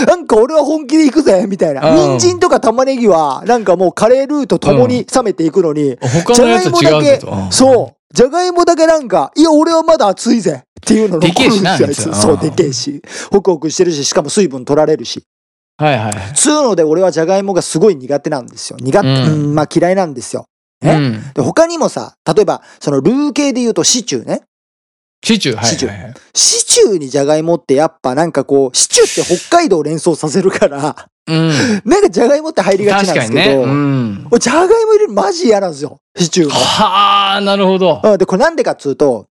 [SPEAKER 1] なんか俺は本気で行くぜ、みたいな。
[SPEAKER 2] うん
[SPEAKER 1] 人参とか玉ねぎは、なんかもうカレールーと共に冷めていくのに、
[SPEAKER 2] 他のやつは違うぜと。うん
[SPEAKER 1] そう。じゃがいもだけなんか、いや、俺はまだ暑いぜっていうの
[SPEAKER 2] でけえ
[SPEAKER 1] 残る
[SPEAKER 2] し
[SPEAKER 1] ん
[SPEAKER 2] な
[SPEAKER 1] ですよ、あい
[SPEAKER 2] あいつ
[SPEAKER 1] つ。そ
[SPEAKER 2] は
[SPEAKER 1] うう、
[SPEAKER 2] ん
[SPEAKER 1] でけえし。ホクホクしてるし、しかも水分取られるし。
[SPEAKER 2] はいはい。
[SPEAKER 1] つうので、俺はじゃがいもがすごい苦手なんですよ。苦手、
[SPEAKER 2] う
[SPEAKER 1] うんん、まあ嫌いなんですよ。え
[SPEAKER 2] うん
[SPEAKER 1] で、他にもさ、例えば、そのルー系で言うとシチューね。
[SPEAKER 2] シチュー、はい
[SPEAKER 1] シチュ
[SPEAKER 2] はいはい。
[SPEAKER 1] シチューにじゃがいもってやっぱなんかこう、シチューって北海道を連想させるから、 (laughs)
[SPEAKER 2] うん。
[SPEAKER 1] なんかじゃがいもって入りがち
[SPEAKER 2] 確
[SPEAKER 1] なんで
[SPEAKER 2] か
[SPEAKER 1] す
[SPEAKER 2] に
[SPEAKER 1] け
[SPEAKER 2] ね。
[SPEAKER 1] ど、
[SPEAKER 2] うん。
[SPEAKER 1] 俺じゃがいも入れるのマジ嫌なんですよ、シチューも。
[SPEAKER 2] はあ、なるほど。
[SPEAKER 1] うん、で、これなんでかっつうと、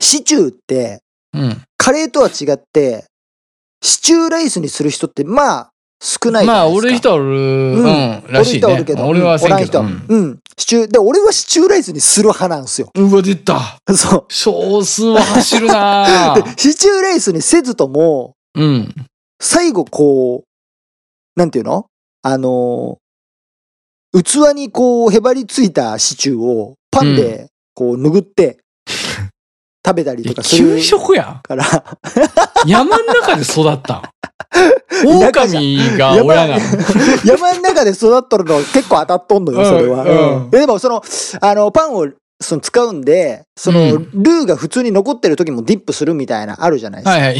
[SPEAKER 1] シチューって、
[SPEAKER 2] うん。
[SPEAKER 1] カレーとは違って、シチューライスにする人って、まあ、少ないじゃ
[SPEAKER 2] ま
[SPEAKER 1] な
[SPEAKER 2] あ、
[SPEAKER 1] いですか。
[SPEAKER 2] 俺の人はおる、うん、らしい
[SPEAKER 1] 人はおる
[SPEAKER 2] ね
[SPEAKER 1] け。ど、
[SPEAKER 2] 俺はせんけど。
[SPEAKER 1] う
[SPEAKER 2] うん
[SPEAKER 1] おら
[SPEAKER 2] ん
[SPEAKER 1] 人うん。シチュー、で、俺はシチューライスにする派なんですよ。 (laughs)
[SPEAKER 2] うわ、出た。
[SPEAKER 1] そ
[SPEAKER 2] 少数は走るな
[SPEAKER 1] (laughs) う。で、シチューライスにせずとも、
[SPEAKER 2] うん。
[SPEAKER 1] 最後、こう、なんていうのあのー器にこう、へばりついたシチューを、パンで、こう、拭っ
[SPEAKER 2] (laughs)
[SPEAKER 1] て、食べたり
[SPEAKER 2] いや
[SPEAKER 1] とかする (laughs)
[SPEAKER 2] 給食やん。
[SPEAKER 1] から、
[SPEAKER 2] 山の中で育ったん。
[SPEAKER 1] (laughs) 田舎じゃん
[SPEAKER 2] 狼が親なの。
[SPEAKER 1] 山の中で育っとるの結構当たっとんのよ、それは。
[SPEAKER 2] うんうん
[SPEAKER 1] ででも、その、あの、パンを、その使うんで、その、
[SPEAKER 2] う
[SPEAKER 1] ルーが普通に残ってる時もディップするみたいな、あるじゃないですか。
[SPEAKER 2] はい (laughs) はい。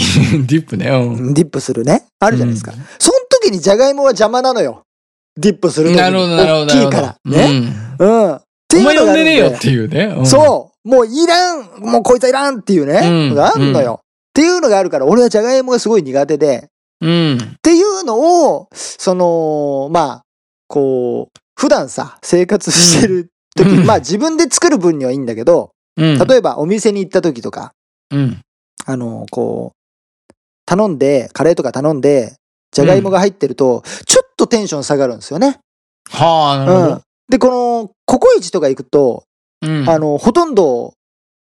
[SPEAKER 2] ディップね。うん。
[SPEAKER 1] ディップするね。あるじゃないですか。その時にジャガイモは邪魔なのよ。ディップする時に。
[SPEAKER 2] なるほど、なるほど、
[SPEAKER 1] 大
[SPEAKER 2] なる
[SPEAKER 1] きい
[SPEAKER 2] ほ
[SPEAKER 1] から
[SPEAKER 2] ど。。
[SPEAKER 1] ね。
[SPEAKER 2] うん。
[SPEAKER 1] うん。って
[SPEAKER 2] お
[SPEAKER 1] いう
[SPEAKER 2] 前
[SPEAKER 1] の
[SPEAKER 2] 呼
[SPEAKER 1] があ
[SPEAKER 2] ん
[SPEAKER 1] るん
[SPEAKER 2] でね
[SPEAKER 1] で
[SPEAKER 2] えよっていうね。うん
[SPEAKER 1] そう。もういらん。もうこいつはいらんっていうね。
[SPEAKER 2] うん
[SPEAKER 1] があんのよ。っていうのがあるから、俺はジャガイモがすごい苦手で。
[SPEAKER 2] うん。
[SPEAKER 1] っていうのを、その、まあ、こう、普段さ、生活してる時、
[SPEAKER 2] うん
[SPEAKER 1] まあ自分で作る分にはいいんだけど、
[SPEAKER 2] うん。
[SPEAKER 1] 例えばお店に行った時とか、
[SPEAKER 2] うん。
[SPEAKER 1] あの、こう、頼んで、カレーとか頼んで、じゃがいもが入ってると、ちょっとテンション下がるんですよね。
[SPEAKER 2] はあ、な
[SPEAKER 1] う
[SPEAKER 2] るほ
[SPEAKER 1] ん
[SPEAKER 2] ど。。
[SPEAKER 1] で、この、ココイチとか行くと、
[SPEAKER 2] うん。
[SPEAKER 1] あの、ほとんど、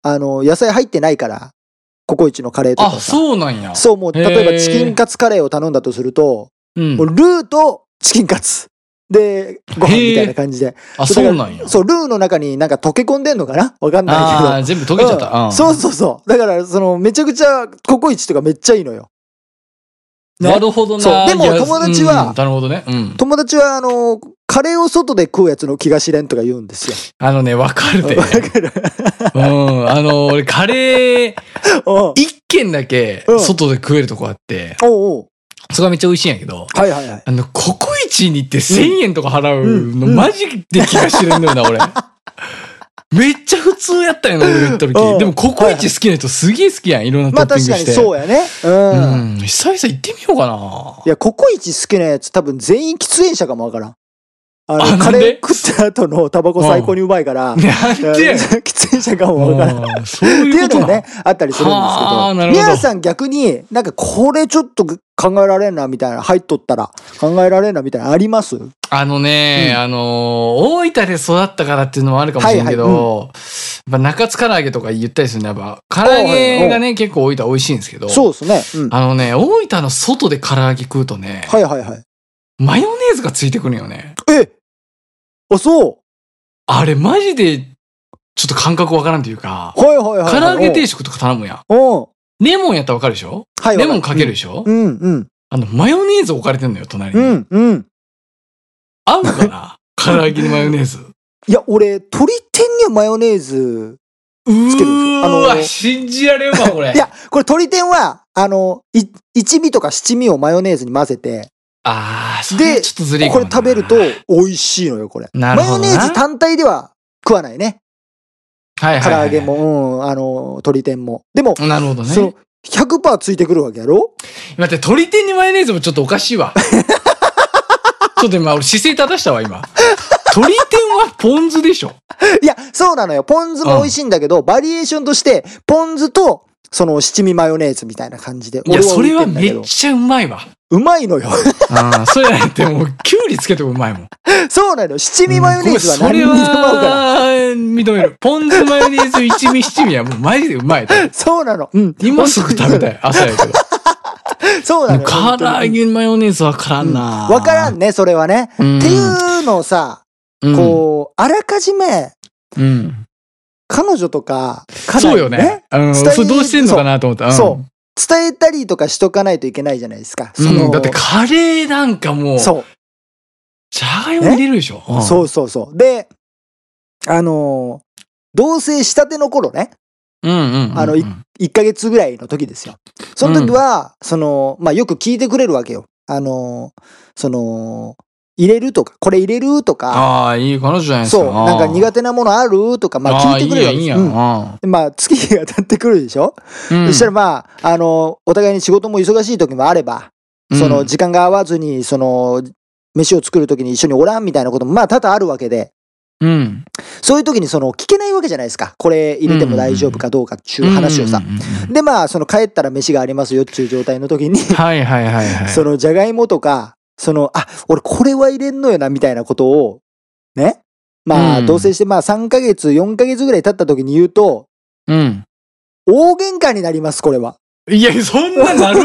[SPEAKER 1] あの、野菜入ってないから、ココイチのカレーとか
[SPEAKER 2] あ、
[SPEAKER 1] さ。
[SPEAKER 2] そうなんや。
[SPEAKER 1] そう、もう、
[SPEAKER 2] へー
[SPEAKER 1] 例えばチキンカツカレーを頼んだとすると、
[SPEAKER 2] うん
[SPEAKER 1] もう。ルーとチキンカツ。で、ご飯みたいな感じで。
[SPEAKER 2] あ、
[SPEAKER 1] そ
[SPEAKER 2] そう
[SPEAKER 1] だ
[SPEAKER 2] う
[SPEAKER 1] から
[SPEAKER 2] なんや。
[SPEAKER 1] そう、ルーの中になんか溶け込んでんのかなわかんないけど
[SPEAKER 2] あ。あ、全部溶けちゃった。
[SPEAKER 1] うん
[SPEAKER 2] あー
[SPEAKER 1] そうそうそう。だから、その、めちゃくちゃ、ココイチとかめっちゃいいのよ。ね
[SPEAKER 2] なるほどな。
[SPEAKER 1] そうでも
[SPEAKER 2] いや
[SPEAKER 1] 友達は
[SPEAKER 2] うんなるほどね。うん。
[SPEAKER 1] 友達は、あの、カレーを外で食うやつの気が知れんとか言うんですよ。
[SPEAKER 2] あのね、わか (laughs) る
[SPEAKER 1] (laughs)
[SPEAKER 2] で。
[SPEAKER 1] わかる。
[SPEAKER 2] うん。あの、俺、カレー、
[SPEAKER 1] おう
[SPEAKER 2] 一軒だけ
[SPEAKER 1] う、ん
[SPEAKER 2] 外で食えるとこあって、
[SPEAKER 1] おう
[SPEAKER 2] そこがめっちゃ美味しいんやけど、
[SPEAKER 1] はいはいはい。
[SPEAKER 2] あの、ココイチに行って1000円とか払う
[SPEAKER 1] うんう
[SPEAKER 2] の、
[SPEAKER 1] ん (laughs)
[SPEAKER 2] マジで気が知れんのよな、俺。めっちゃ普通やったんやな、俺が行った
[SPEAKER 1] うん
[SPEAKER 2] 時。でも、ココイチ好きな人すげえ好きやん。いろんな
[SPEAKER 1] まあ
[SPEAKER 2] トッピン
[SPEAKER 1] 確
[SPEAKER 2] グ
[SPEAKER 1] か
[SPEAKER 2] し
[SPEAKER 1] に
[SPEAKER 2] て。
[SPEAKER 1] そうやねうん、。
[SPEAKER 2] うん。久々行ってみようかない
[SPEAKER 1] やココイチ好きなやつ多分全員喫煙者かもわからんあの
[SPEAKER 2] あなんで
[SPEAKER 1] カレー食った後のタバコ最高にうまいから、
[SPEAKER 2] なんで
[SPEAKER 1] (laughs) 喫煙者かもわからんっ
[SPEAKER 2] あーそう
[SPEAKER 1] てい
[SPEAKER 2] いううこと
[SPEAKER 1] のが
[SPEAKER 2] な
[SPEAKER 1] ねあったりするんですけ
[SPEAKER 2] はあ
[SPEAKER 1] ど
[SPEAKER 2] なるほど
[SPEAKER 1] 宮さん逆になんかこれちょっと考えられんなみたいな入っとったら考えられんなみたいなのあります
[SPEAKER 2] あのね、あのー、大分で育ったからっていうのもあるかもしれんけど、
[SPEAKER 1] はい
[SPEAKER 2] やっぱ中津唐揚げとか言ったりするね。やっぱ、唐揚げがね、結構大分美味しいんですけど、
[SPEAKER 1] そうですね、うん、
[SPEAKER 2] あのね、大分の外で唐揚げ食うとね、
[SPEAKER 1] はいはいはい
[SPEAKER 2] マヨネーズがついてくるよね。
[SPEAKER 1] えあそう
[SPEAKER 2] あれ、マジで、ちょっと感覚わからんというか、
[SPEAKER 1] はいはいはい
[SPEAKER 2] 唐
[SPEAKER 1] はい
[SPEAKER 2] 揚げ定食とか頼むやん。
[SPEAKER 1] うんうん
[SPEAKER 2] レモンやったらわかるでしょ
[SPEAKER 1] はい
[SPEAKER 2] レモンかける
[SPEAKER 1] る
[SPEAKER 2] でしょ、
[SPEAKER 1] うんうん
[SPEAKER 2] あの、マヨネーズ置かれてんのよ、隣に。
[SPEAKER 1] うんうん
[SPEAKER 2] 合うかな唐揚げにマ
[SPEAKER 1] (laughs)
[SPEAKER 2] ヨネーズ。
[SPEAKER 1] いや俺鶏天にマヨネーズ
[SPEAKER 2] う
[SPEAKER 1] つけるんですよあの
[SPEAKER 2] ーわ、信じられんわ、こ
[SPEAKER 1] (laughs)
[SPEAKER 2] れ。
[SPEAKER 1] いやこれ鶏天はあのい一味とか七味をマヨネーズに混ぜて
[SPEAKER 2] ああ、そ
[SPEAKER 1] で
[SPEAKER 2] れはちょっとずるいか
[SPEAKER 1] こ
[SPEAKER 2] も
[SPEAKER 1] れ
[SPEAKER 2] な
[SPEAKER 1] 食べると美味しいのよこれ
[SPEAKER 2] なる
[SPEAKER 1] マ
[SPEAKER 2] ほ
[SPEAKER 1] ヨ
[SPEAKER 2] どな
[SPEAKER 1] ネーズ単体では食わないね
[SPEAKER 2] はい
[SPEAKER 1] 唐
[SPEAKER 2] はいは
[SPEAKER 1] 揚
[SPEAKER 2] い
[SPEAKER 1] げ。も、うん、あの鶏天もでも、
[SPEAKER 2] なるほどね。
[SPEAKER 1] その100%ついてくるわけやろ
[SPEAKER 2] 待って、鶏天にマヨネーズもちょっとおかし
[SPEAKER 1] (laughs)
[SPEAKER 2] いわ。ちょっと今、俺姿勢正したわ、今。鶏天はポン酢でしょ。
[SPEAKER 1] いやそうなのよポン酢も美味しいんだけど、バリエーションとしてポン酢とその七味マヨネーズみたいな感じで
[SPEAKER 2] いや、それは
[SPEAKER 1] 俺置いてん
[SPEAKER 2] めっ
[SPEAKER 1] だけど
[SPEAKER 2] ちゃうまいわ。
[SPEAKER 1] うまいのよ (laughs)
[SPEAKER 2] ああ、それやってもう、きゅうりつけてもうまいもん。
[SPEAKER 1] そうなのよ七味マヨネーズは何にでも合うから、
[SPEAKER 2] うんこれそれは認める。ポン酢マヨネーズ一味七味はもうマジでうまい。
[SPEAKER 1] そうなの。うん。
[SPEAKER 2] 今すぐ食べたい。朝や
[SPEAKER 1] (laughs)
[SPEAKER 2] けど。
[SPEAKER 1] そうなのよ。
[SPEAKER 2] 唐揚
[SPEAKER 1] 本
[SPEAKER 2] げマヨネーズわから
[SPEAKER 1] 当に
[SPEAKER 2] んな。
[SPEAKER 1] うんわからんね、それはね。
[SPEAKER 2] うん。
[SPEAKER 1] っていうのをさ、
[SPEAKER 2] うん、
[SPEAKER 1] こう、あらかじめ、
[SPEAKER 2] うん。
[SPEAKER 1] 彼女とか、彼女
[SPEAKER 2] そう
[SPEAKER 1] に
[SPEAKER 2] よね。。う
[SPEAKER 1] 伝
[SPEAKER 2] ん。
[SPEAKER 1] え
[SPEAKER 2] それどうしてんのかなと思った。ん
[SPEAKER 1] そう。伝えたりとかしとかないといけないじゃないですか。
[SPEAKER 2] うんだってカレーなんかもう、じ
[SPEAKER 1] そ
[SPEAKER 2] ゃがいも入れるでしょ。
[SPEAKER 1] う。そうそうそう。で、あのー、同棲したての頃ね、
[SPEAKER 2] うん。うんうんうん。
[SPEAKER 1] あのい1ヶ月ぐらいの時ですよ。その時は、その、まあ、よく聞いてくれるわけよ。あのー、その、入れるとか、これ入れるとか、
[SPEAKER 2] ああ、いい彼女じゃないですか。
[SPEAKER 1] そう、なんか苦手なものあるとか、まあ聞いてくれるわ
[SPEAKER 2] あ
[SPEAKER 1] けで
[SPEAKER 2] ーいい
[SPEAKER 1] す
[SPEAKER 2] や
[SPEAKER 1] よ。
[SPEAKER 2] ん、いい
[SPEAKER 1] うん
[SPEAKER 2] やん。あ
[SPEAKER 1] でまあ月日が経ってくるでしょ、
[SPEAKER 2] ーうん
[SPEAKER 1] そしたらまあ、あの、お互いに仕事も忙しい時もあれば、その、時間が合わずに、その、飯を作る時に一緒におらんみたいなこともまあ多々あるわけで、
[SPEAKER 2] うん。
[SPEAKER 1] そういう時にその聞けないわけじゃないですか。これ入れても大丈夫かどうかっていう話をさ
[SPEAKER 2] うん。うんうん
[SPEAKER 1] でまあ、その帰ったら飯がありますよっていう状態の時に、
[SPEAKER 2] はいはいはいはい。
[SPEAKER 1] そのじゃがいもとか、その、あ、俺これは入れんのよな、みたいなことを、ね。まあ、
[SPEAKER 2] うん
[SPEAKER 1] 同棲して、まあ3ヶ月、4ヶ月ぐらい経った時に言うと、
[SPEAKER 2] うん。
[SPEAKER 1] 大喧嘩になります、これは。
[SPEAKER 2] いや、そん
[SPEAKER 1] (laughs)
[SPEAKER 2] ななる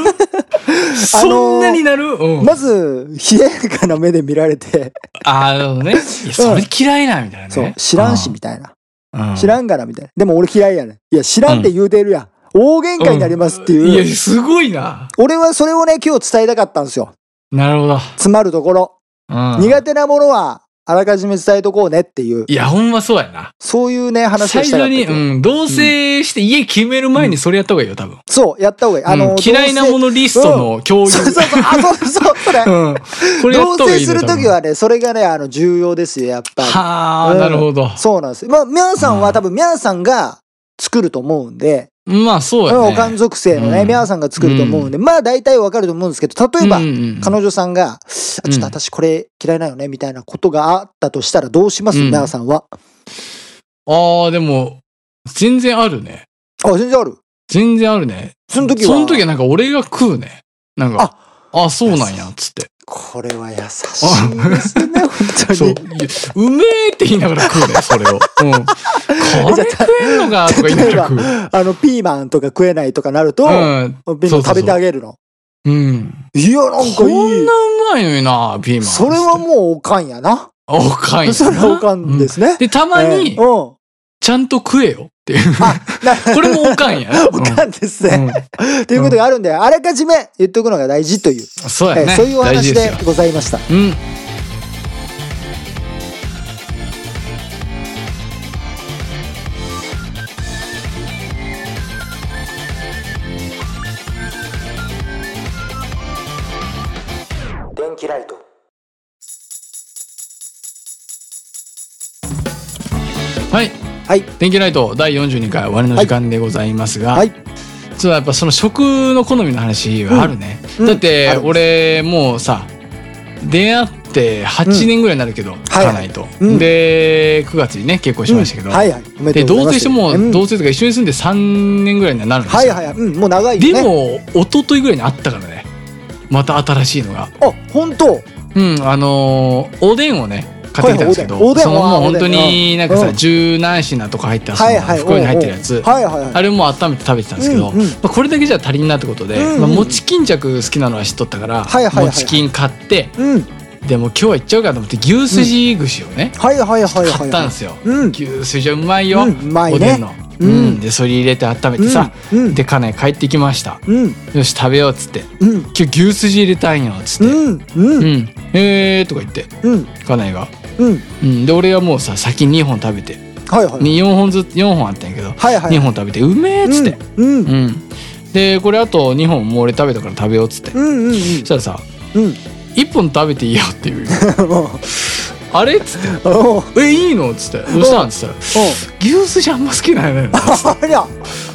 [SPEAKER 2] そんなになるうん。
[SPEAKER 1] まず、冷ややかな目で見られて、
[SPEAKER 2] ああ、なるほどね。いや、それ嫌いな、みたいなね。
[SPEAKER 1] そう、知らんし、みたいな。
[SPEAKER 2] うん。
[SPEAKER 1] 知らんがな、みたいな。でも俺嫌いやねん。いや、知らんって言うてるやん。大喧嘩になりますって
[SPEAKER 2] い
[SPEAKER 1] い
[SPEAKER 2] や、
[SPEAKER 1] う。
[SPEAKER 2] すごいな。
[SPEAKER 1] 俺はそれをね、今日伝えたかったんですよ。
[SPEAKER 2] なるほど。
[SPEAKER 1] 詰まるところ。
[SPEAKER 2] うん。
[SPEAKER 1] 苦手なものは、あらかじめ伝えとこうねっていう、
[SPEAKER 2] いや、ほんまそうやな。
[SPEAKER 1] そういうね、話を
[SPEAKER 2] 最
[SPEAKER 1] したか
[SPEAKER 2] 初
[SPEAKER 1] った
[SPEAKER 2] に、
[SPEAKER 1] 今日
[SPEAKER 2] うん、同棲して家決める前にそれやった方がいいよ、多分。
[SPEAKER 1] そう、やった方がいい。あの、
[SPEAKER 2] うん嫌いなものリストの共
[SPEAKER 1] 同棲そうそ
[SPEAKER 2] (laughs) 有。
[SPEAKER 1] うそう、あ、そうそう、それ。
[SPEAKER 2] うん。これや
[SPEAKER 1] 同
[SPEAKER 2] った方が
[SPEAKER 1] 棲
[SPEAKER 2] いい
[SPEAKER 1] す
[SPEAKER 2] ね
[SPEAKER 1] るとき。はね、それがね、あの、重要ですよ、やっ
[SPEAKER 2] 多
[SPEAKER 1] ぱ
[SPEAKER 2] 分
[SPEAKER 1] り。
[SPEAKER 2] はあ、
[SPEAKER 1] うん
[SPEAKER 2] なるほど。
[SPEAKER 1] そうなんです。まあ、ミャンさん
[SPEAKER 2] う
[SPEAKER 1] は
[SPEAKER 2] ん
[SPEAKER 1] 多分、ミャンさんが作ると思うんで、
[SPEAKER 2] まあ、そ
[SPEAKER 1] うん
[SPEAKER 2] うや
[SPEAKER 1] お
[SPEAKER 2] ね。
[SPEAKER 1] かん属性のね、
[SPEAKER 2] うん
[SPEAKER 1] ミャンさんが作ると思うんで、まあ、大体わかると思うんですけど、例えば、彼女さんが、あちょっ
[SPEAKER 2] うん
[SPEAKER 1] と私これ嫌いなよね、みたいなことがあったとしたら、どうします
[SPEAKER 2] うん
[SPEAKER 1] ミャンさんは。
[SPEAKER 2] ああ、でも、全然あるね。
[SPEAKER 1] あ、全然ある。
[SPEAKER 2] 全然あるね。
[SPEAKER 1] その時は
[SPEAKER 2] その時はなんか俺が食うね。なんか、あ、そうなんや、つって。
[SPEAKER 1] これは優しいです
[SPEAKER 2] (laughs)
[SPEAKER 1] ね、本当
[SPEAKER 2] そう。い
[SPEAKER 1] に
[SPEAKER 2] や。うめえって言いながら食うね、そ
[SPEAKER 1] (laughs)
[SPEAKER 2] れを。うん。これ食えんのか、とか言いながら食う。
[SPEAKER 1] あの、ピーマンとか食えないとかなると、
[SPEAKER 2] うん。
[SPEAKER 1] 弁当食べてあげるの。
[SPEAKER 2] うん。
[SPEAKER 1] いや、なんか
[SPEAKER 2] こ
[SPEAKER 1] い
[SPEAKER 2] ん
[SPEAKER 1] い
[SPEAKER 2] な。うまいのにな、ピーマン。
[SPEAKER 1] それはもうおかんやな。
[SPEAKER 2] おかんやな。
[SPEAKER 1] それはおかんですね
[SPEAKER 2] うん。で、たまに
[SPEAKER 1] ええ、うん。
[SPEAKER 2] ちゃんと食えよっていう。
[SPEAKER 1] あ、な
[SPEAKER 2] これもおかんや。
[SPEAKER 1] (laughs) おかんですね。
[SPEAKER 2] う
[SPEAKER 1] ということがあるんで、あらかじめ言っとくのが大事という、
[SPEAKER 2] んそう
[SPEAKER 1] え
[SPEAKER 2] や
[SPEAKER 1] ー
[SPEAKER 2] ね。
[SPEAKER 1] そういうお
[SPEAKER 2] 大
[SPEAKER 1] 話
[SPEAKER 2] 事す
[SPEAKER 1] で
[SPEAKER 2] よ
[SPEAKER 1] ございました。
[SPEAKER 2] うん。
[SPEAKER 3] 電気ライト
[SPEAKER 2] はい。
[SPEAKER 1] はい
[SPEAKER 2] 電気ライト第42回終わりの時間でございますが、
[SPEAKER 1] はい
[SPEAKER 2] そうやっぱその食の好みの話はあるね、
[SPEAKER 1] うん
[SPEAKER 2] だ
[SPEAKER 1] う
[SPEAKER 2] っ
[SPEAKER 1] んあ
[SPEAKER 2] て
[SPEAKER 1] る
[SPEAKER 2] 俺もうさ出会って8年ぐらいになるけど、
[SPEAKER 1] はい
[SPEAKER 2] 家内と、
[SPEAKER 1] うん
[SPEAKER 2] で9月にね結婚しましたけど、
[SPEAKER 1] うんはいはいおめ
[SPEAKER 2] で
[SPEAKER 1] でとう
[SPEAKER 2] 同
[SPEAKER 1] ございます
[SPEAKER 2] 棲してもう、
[SPEAKER 1] うん
[SPEAKER 2] 同棲とか一緒に住んで3年ぐらいにはなるんですよ、
[SPEAKER 1] はいはいはいうんもう長いよ
[SPEAKER 2] で
[SPEAKER 1] ね
[SPEAKER 2] も一昨日ぐらいにあったからねまた新しいのが
[SPEAKER 1] あ本当
[SPEAKER 2] うんあのーおでんをね買ってきたんですけど、
[SPEAKER 1] はいはいおでん
[SPEAKER 2] その
[SPEAKER 1] おでん
[SPEAKER 2] も
[SPEAKER 1] あ
[SPEAKER 2] う
[SPEAKER 1] ー
[SPEAKER 2] 本当になんかさ、
[SPEAKER 1] うん
[SPEAKER 2] 十何品とか入ったその
[SPEAKER 1] はいはい
[SPEAKER 2] 袋に入ってるやつ、
[SPEAKER 1] おうおうはいはいはい
[SPEAKER 2] あれも温めて食べてたんですけど、
[SPEAKER 1] うんうん
[SPEAKER 2] まあ、これだけじゃ足りんなってことで、
[SPEAKER 1] うんうん
[SPEAKER 2] まあ、餅巾着好きなのは知っとったから、
[SPEAKER 1] はいはいはいはい
[SPEAKER 2] 餅巾買って
[SPEAKER 1] うん
[SPEAKER 2] でもう今日は行っちゃうかと思って牛すじ串をね、
[SPEAKER 1] はいはいはいはいはい
[SPEAKER 2] 買ったんですよ、
[SPEAKER 1] うん
[SPEAKER 2] 牛すじはうまいよ、
[SPEAKER 1] うんうまいね
[SPEAKER 2] おでんの、
[SPEAKER 1] うん
[SPEAKER 2] うんでそれ入れて温めてさ、
[SPEAKER 1] うんうん
[SPEAKER 2] で家内帰ってきました
[SPEAKER 1] うん
[SPEAKER 2] よし食べようっつって
[SPEAKER 1] うん
[SPEAKER 2] 今日牛すじ入れたんよっつ
[SPEAKER 1] う
[SPEAKER 2] って
[SPEAKER 1] んう
[SPEAKER 2] 「うんん、えー」とか言って
[SPEAKER 1] うん
[SPEAKER 2] 家内が、
[SPEAKER 1] うん
[SPEAKER 2] うん、で俺がもうさ先2本食べて
[SPEAKER 1] はいはい
[SPEAKER 2] 4本ずつ四本あったんやけど、
[SPEAKER 1] はいはい
[SPEAKER 2] 2本食べて「うめえ」っつって、
[SPEAKER 1] うんうん
[SPEAKER 2] うん、でこれあと2本もう俺食べたから食べようっつって、
[SPEAKER 1] うんうんうん
[SPEAKER 2] そしたらさ
[SPEAKER 1] うん
[SPEAKER 2] 1本食べていいよっ
[SPEAKER 1] (laughs)
[SPEAKER 2] ていう
[SPEAKER 1] も
[SPEAKER 2] あれっつって
[SPEAKER 1] うおうおう
[SPEAKER 2] 「えいいの?」っつって「どうしたん?」っつったら「牛すじあんま好きなんやねんな」
[SPEAKER 1] ありゃ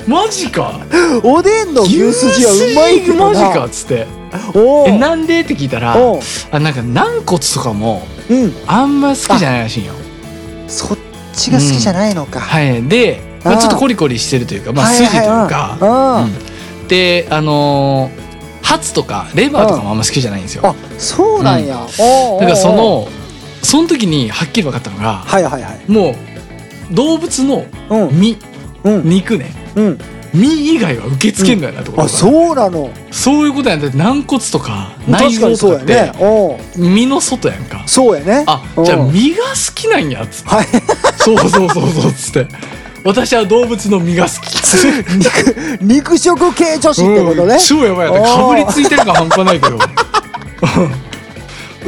[SPEAKER 2] マジか
[SPEAKER 1] おでんの牛すじはうまいけど
[SPEAKER 2] マジ
[SPEAKER 1] な
[SPEAKER 2] か」っつって「
[SPEAKER 1] おう
[SPEAKER 2] えなんで?」って聞いたら
[SPEAKER 1] おう
[SPEAKER 2] あなんか軟骨とかも
[SPEAKER 1] うん
[SPEAKER 2] あんま好きじゃないらしいんよ
[SPEAKER 1] そっちが好きじゃないのか
[SPEAKER 2] はいで、まあ、
[SPEAKER 1] あー
[SPEAKER 2] ちょっとコリコリしてるというか、まあ、
[SPEAKER 1] はい
[SPEAKER 2] 筋という
[SPEAKER 1] はい
[SPEAKER 2] か、
[SPEAKER 1] あ
[SPEAKER 2] うんであのーハツとかレバーとかもあんま好きじゃないんですよ
[SPEAKER 1] あそうなんや
[SPEAKER 2] だ
[SPEAKER 1] おうおうおう
[SPEAKER 2] からそのその時にはっきり分かったのが
[SPEAKER 1] はいはいはい
[SPEAKER 2] もう動物の
[SPEAKER 1] うん
[SPEAKER 2] 身
[SPEAKER 1] うん
[SPEAKER 2] 肉ね
[SPEAKER 1] うん
[SPEAKER 2] 身以外は受け付けんのやなってこと
[SPEAKER 1] あ
[SPEAKER 2] だから、
[SPEAKER 1] そうなの
[SPEAKER 2] そういうことやんだって軟骨とか内
[SPEAKER 1] 確か
[SPEAKER 2] 臓
[SPEAKER 1] にそ
[SPEAKER 2] と
[SPEAKER 1] う
[SPEAKER 2] か
[SPEAKER 1] や
[SPEAKER 2] っ
[SPEAKER 1] ね
[SPEAKER 2] て
[SPEAKER 1] おう
[SPEAKER 2] 身の外やんか
[SPEAKER 1] そうやね
[SPEAKER 2] あ
[SPEAKER 1] うん
[SPEAKER 2] じゃあ身が好きなんやっつって
[SPEAKER 1] はい (laughs)
[SPEAKER 2] そうそうそうそうっつって私は動物の身が好
[SPEAKER 1] (laughs)
[SPEAKER 2] き
[SPEAKER 1] 肉肉食系女子ってこと
[SPEAKER 2] う
[SPEAKER 1] ね
[SPEAKER 2] ん超やばいやったかぶりついてるか半端ないけど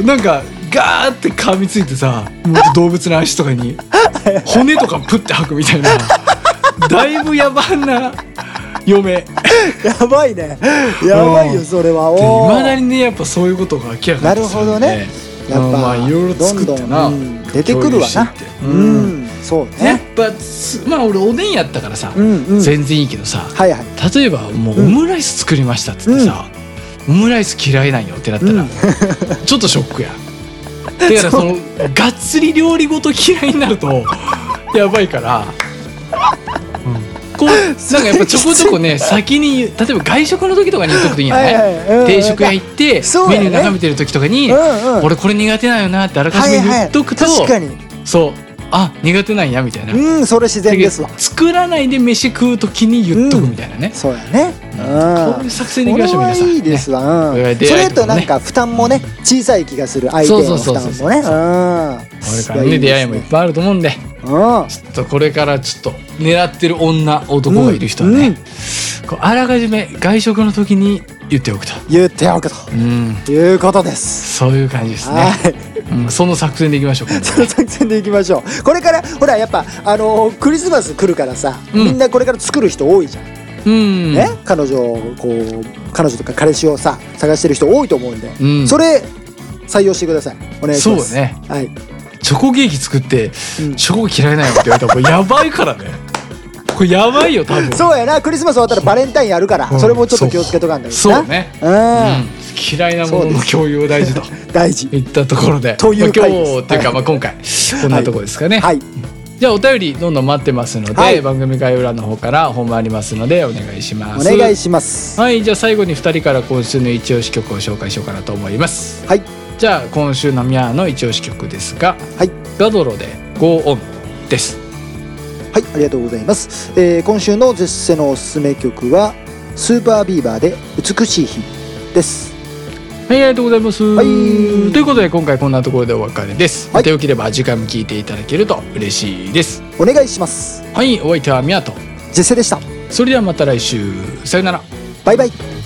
[SPEAKER 1] (laughs)
[SPEAKER 2] うんなんかガーって噛みついてさもう動物の足とかに骨とかプッて吐くみたいなだいぶ野蛮な嫁
[SPEAKER 1] やばいねやばいよそれは
[SPEAKER 2] で
[SPEAKER 1] おう
[SPEAKER 2] 未だにねやっぱそういうことが明らかになってき
[SPEAKER 1] なるほ
[SPEAKER 2] たので
[SPEAKER 1] どねやっ
[SPEAKER 2] うんまあ
[SPEAKER 1] ぱ
[SPEAKER 2] いろいろ作ってな
[SPEAKER 1] どんどんうん出てくるわな
[SPEAKER 2] 共有していって
[SPEAKER 1] う
[SPEAKER 2] うん
[SPEAKER 1] んそう
[SPEAKER 2] やっ
[SPEAKER 1] ね
[SPEAKER 2] ぱすまあ俺おでんやったからさ、
[SPEAKER 1] うんうん
[SPEAKER 2] 全然いいけどさ
[SPEAKER 1] はいはい
[SPEAKER 2] 例えばもうオ
[SPEAKER 1] うん
[SPEAKER 2] ムライス作りましたっつってさ、オムライス嫌いなんよってなったら、
[SPEAKER 1] うん
[SPEAKER 2] ちょっとショックやだからそのがっつり料理ごと嫌いになるとやばいから、うんこうなんかやっぱちょこちょこね先に例えば外食の時とかに言っとくといいよね、
[SPEAKER 1] はいはいうんうん
[SPEAKER 2] 定食屋行って、
[SPEAKER 1] そうだ
[SPEAKER 2] メ
[SPEAKER 1] よね
[SPEAKER 2] ニュー眺めてる時とかに、
[SPEAKER 1] うんうん
[SPEAKER 2] 俺これ苦手なんよなってあらかじめ言っとくと、
[SPEAKER 1] はいはい、確
[SPEAKER 2] そうあ苦手なんやみたいな、
[SPEAKER 1] かにうんそれ自然ですわ
[SPEAKER 2] 作らないで飯食う時に言っとくみたいなね、
[SPEAKER 1] そうやね
[SPEAKER 2] こ
[SPEAKER 1] う
[SPEAKER 2] うい
[SPEAKER 1] ん
[SPEAKER 2] う作戦でいきましょう
[SPEAKER 1] これ
[SPEAKER 2] 皆さん
[SPEAKER 1] はいいですわ、
[SPEAKER 2] ね
[SPEAKER 1] うん、それとなんか負担もね小さい気がする相手への負担
[SPEAKER 2] そうそうそう
[SPEAKER 1] もねうん
[SPEAKER 2] これからね出会いもいっぱいあると思うんで
[SPEAKER 1] うん
[SPEAKER 2] ちょっとこれからちょっと狙ってる女男がいる人はね、
[SPEAKER 1] うん
[SPEAKER 2] こうあらかじめ外食の時に言っておくと、
[SPEAKER 1] 言っておくと
[SPEAKER 2] うん、
[SPEAKER 1] いうことです
[SPEAKER 2] そういう感じです
[SPEAKER 1] は
[SPEAKER 2] ね、
[SPEAKER 1] い (laughs)
[SPEAKER 2] うん、その作戦でいきましょう今度
[SPEAKER 1] その作戦でいきましょうこれからほらやっぱあのークリスマス来るからさ、
[SPEAKER 2] うん
[SPEAKER 1] みんなこれから作る人多いじゃん、
[SPEAKER 2] うん
[SPEAKER 1] ね彼女をこう彼女とか彼氏をさ探してる人多いと思うんで、
[SPEAKER 2] うん
[SPEAKER 1] それ採用してくださいお願いし
[SPEAKER 2] そう
[SPEAKER 1] ま
[SPEAKER 2] だ
[SPEAKER 1] す
[SPEAKER 2] ね
[SPEAKER 1] はい、
[SPEAKER 2] チョコケーキ作って
[SPEAKER 1] うん
[SPEAKER 2] チョコ嫌いなよって言われたらこれやばいか
[SPEAKER 1] (laughs)
[SPEAKER 2] らねこれやばいよ多分
[SPEAKER 1] そうやなクリスマス終わったらバレンタインやるから、
[SPEAKER 2] うん
[SPEAKER 1] それもちょっと気をつけとかんだけど
[SPEAKER 2] そ
[SPEAKER 1] な
[SPEAKER 2] うね、
[SPEAKER 1] う
[SPEAKER 2] うん
[SPEAKER 1] ん、
[SPEAKER 2] 嫌いなものの共有は大事と
[SPEAKER 1] 大事
[SPEAKER 2] いったとこ
[SPEAKER 1] (laughs)
[SPEAKER 2] ろで
[SPEAKER 1] という
[SPEAKER 2] まあ
[SPEAKER 1] 回です
[SPEAKER 2] 今日っていうか、
[SPEAKER 1] はい
[SPEAKER 2] まあ、今回こんなところですかね、
[SPEAKER 1] はい
[SPEAKER 2] じゃあお便りどんどん待ってますので、
[SPEAKER 1] はい
[SPEAKER 2] 番組概要欄の方から本もありますのでお願いしま
[SPEAKER 1] お
[SPEAKER 2] す
[SPEAKER 1] 願いします
[SPEAKER 2] はいじゃあ最後に2人から今週の一押し曲を紹介しようかなと思います
[SPEAKER 1] はい
[SPEAKER 2] じゃあ今週のミャーの一押し曲ですが、
[SPEAKER 1] はい
[SPEAKER 2] ガドロで Go On です
[SPEAKER 1] はいありがとうございます、えー今週の絶世のおすすめ曲はスーパービーバーで美しい日です
[SPEAKER 2] はいありがとうございます、
[SPEAKER 1] はい
[SPEAKER 2] ということで今回こんなところでお別れです、
[SPEAKER 1] はい
[SPEAKER 2] またよければ次回も聞いていただけると嬉しいです
[SPEAKER 1] お願いします
[SPEAKER 2] はいお相手はミャーと
[SPEAKER 1] ジェセでした
[SPEAKER 2] それではまた来週さよなら
[SPEAKER 1] バイバイ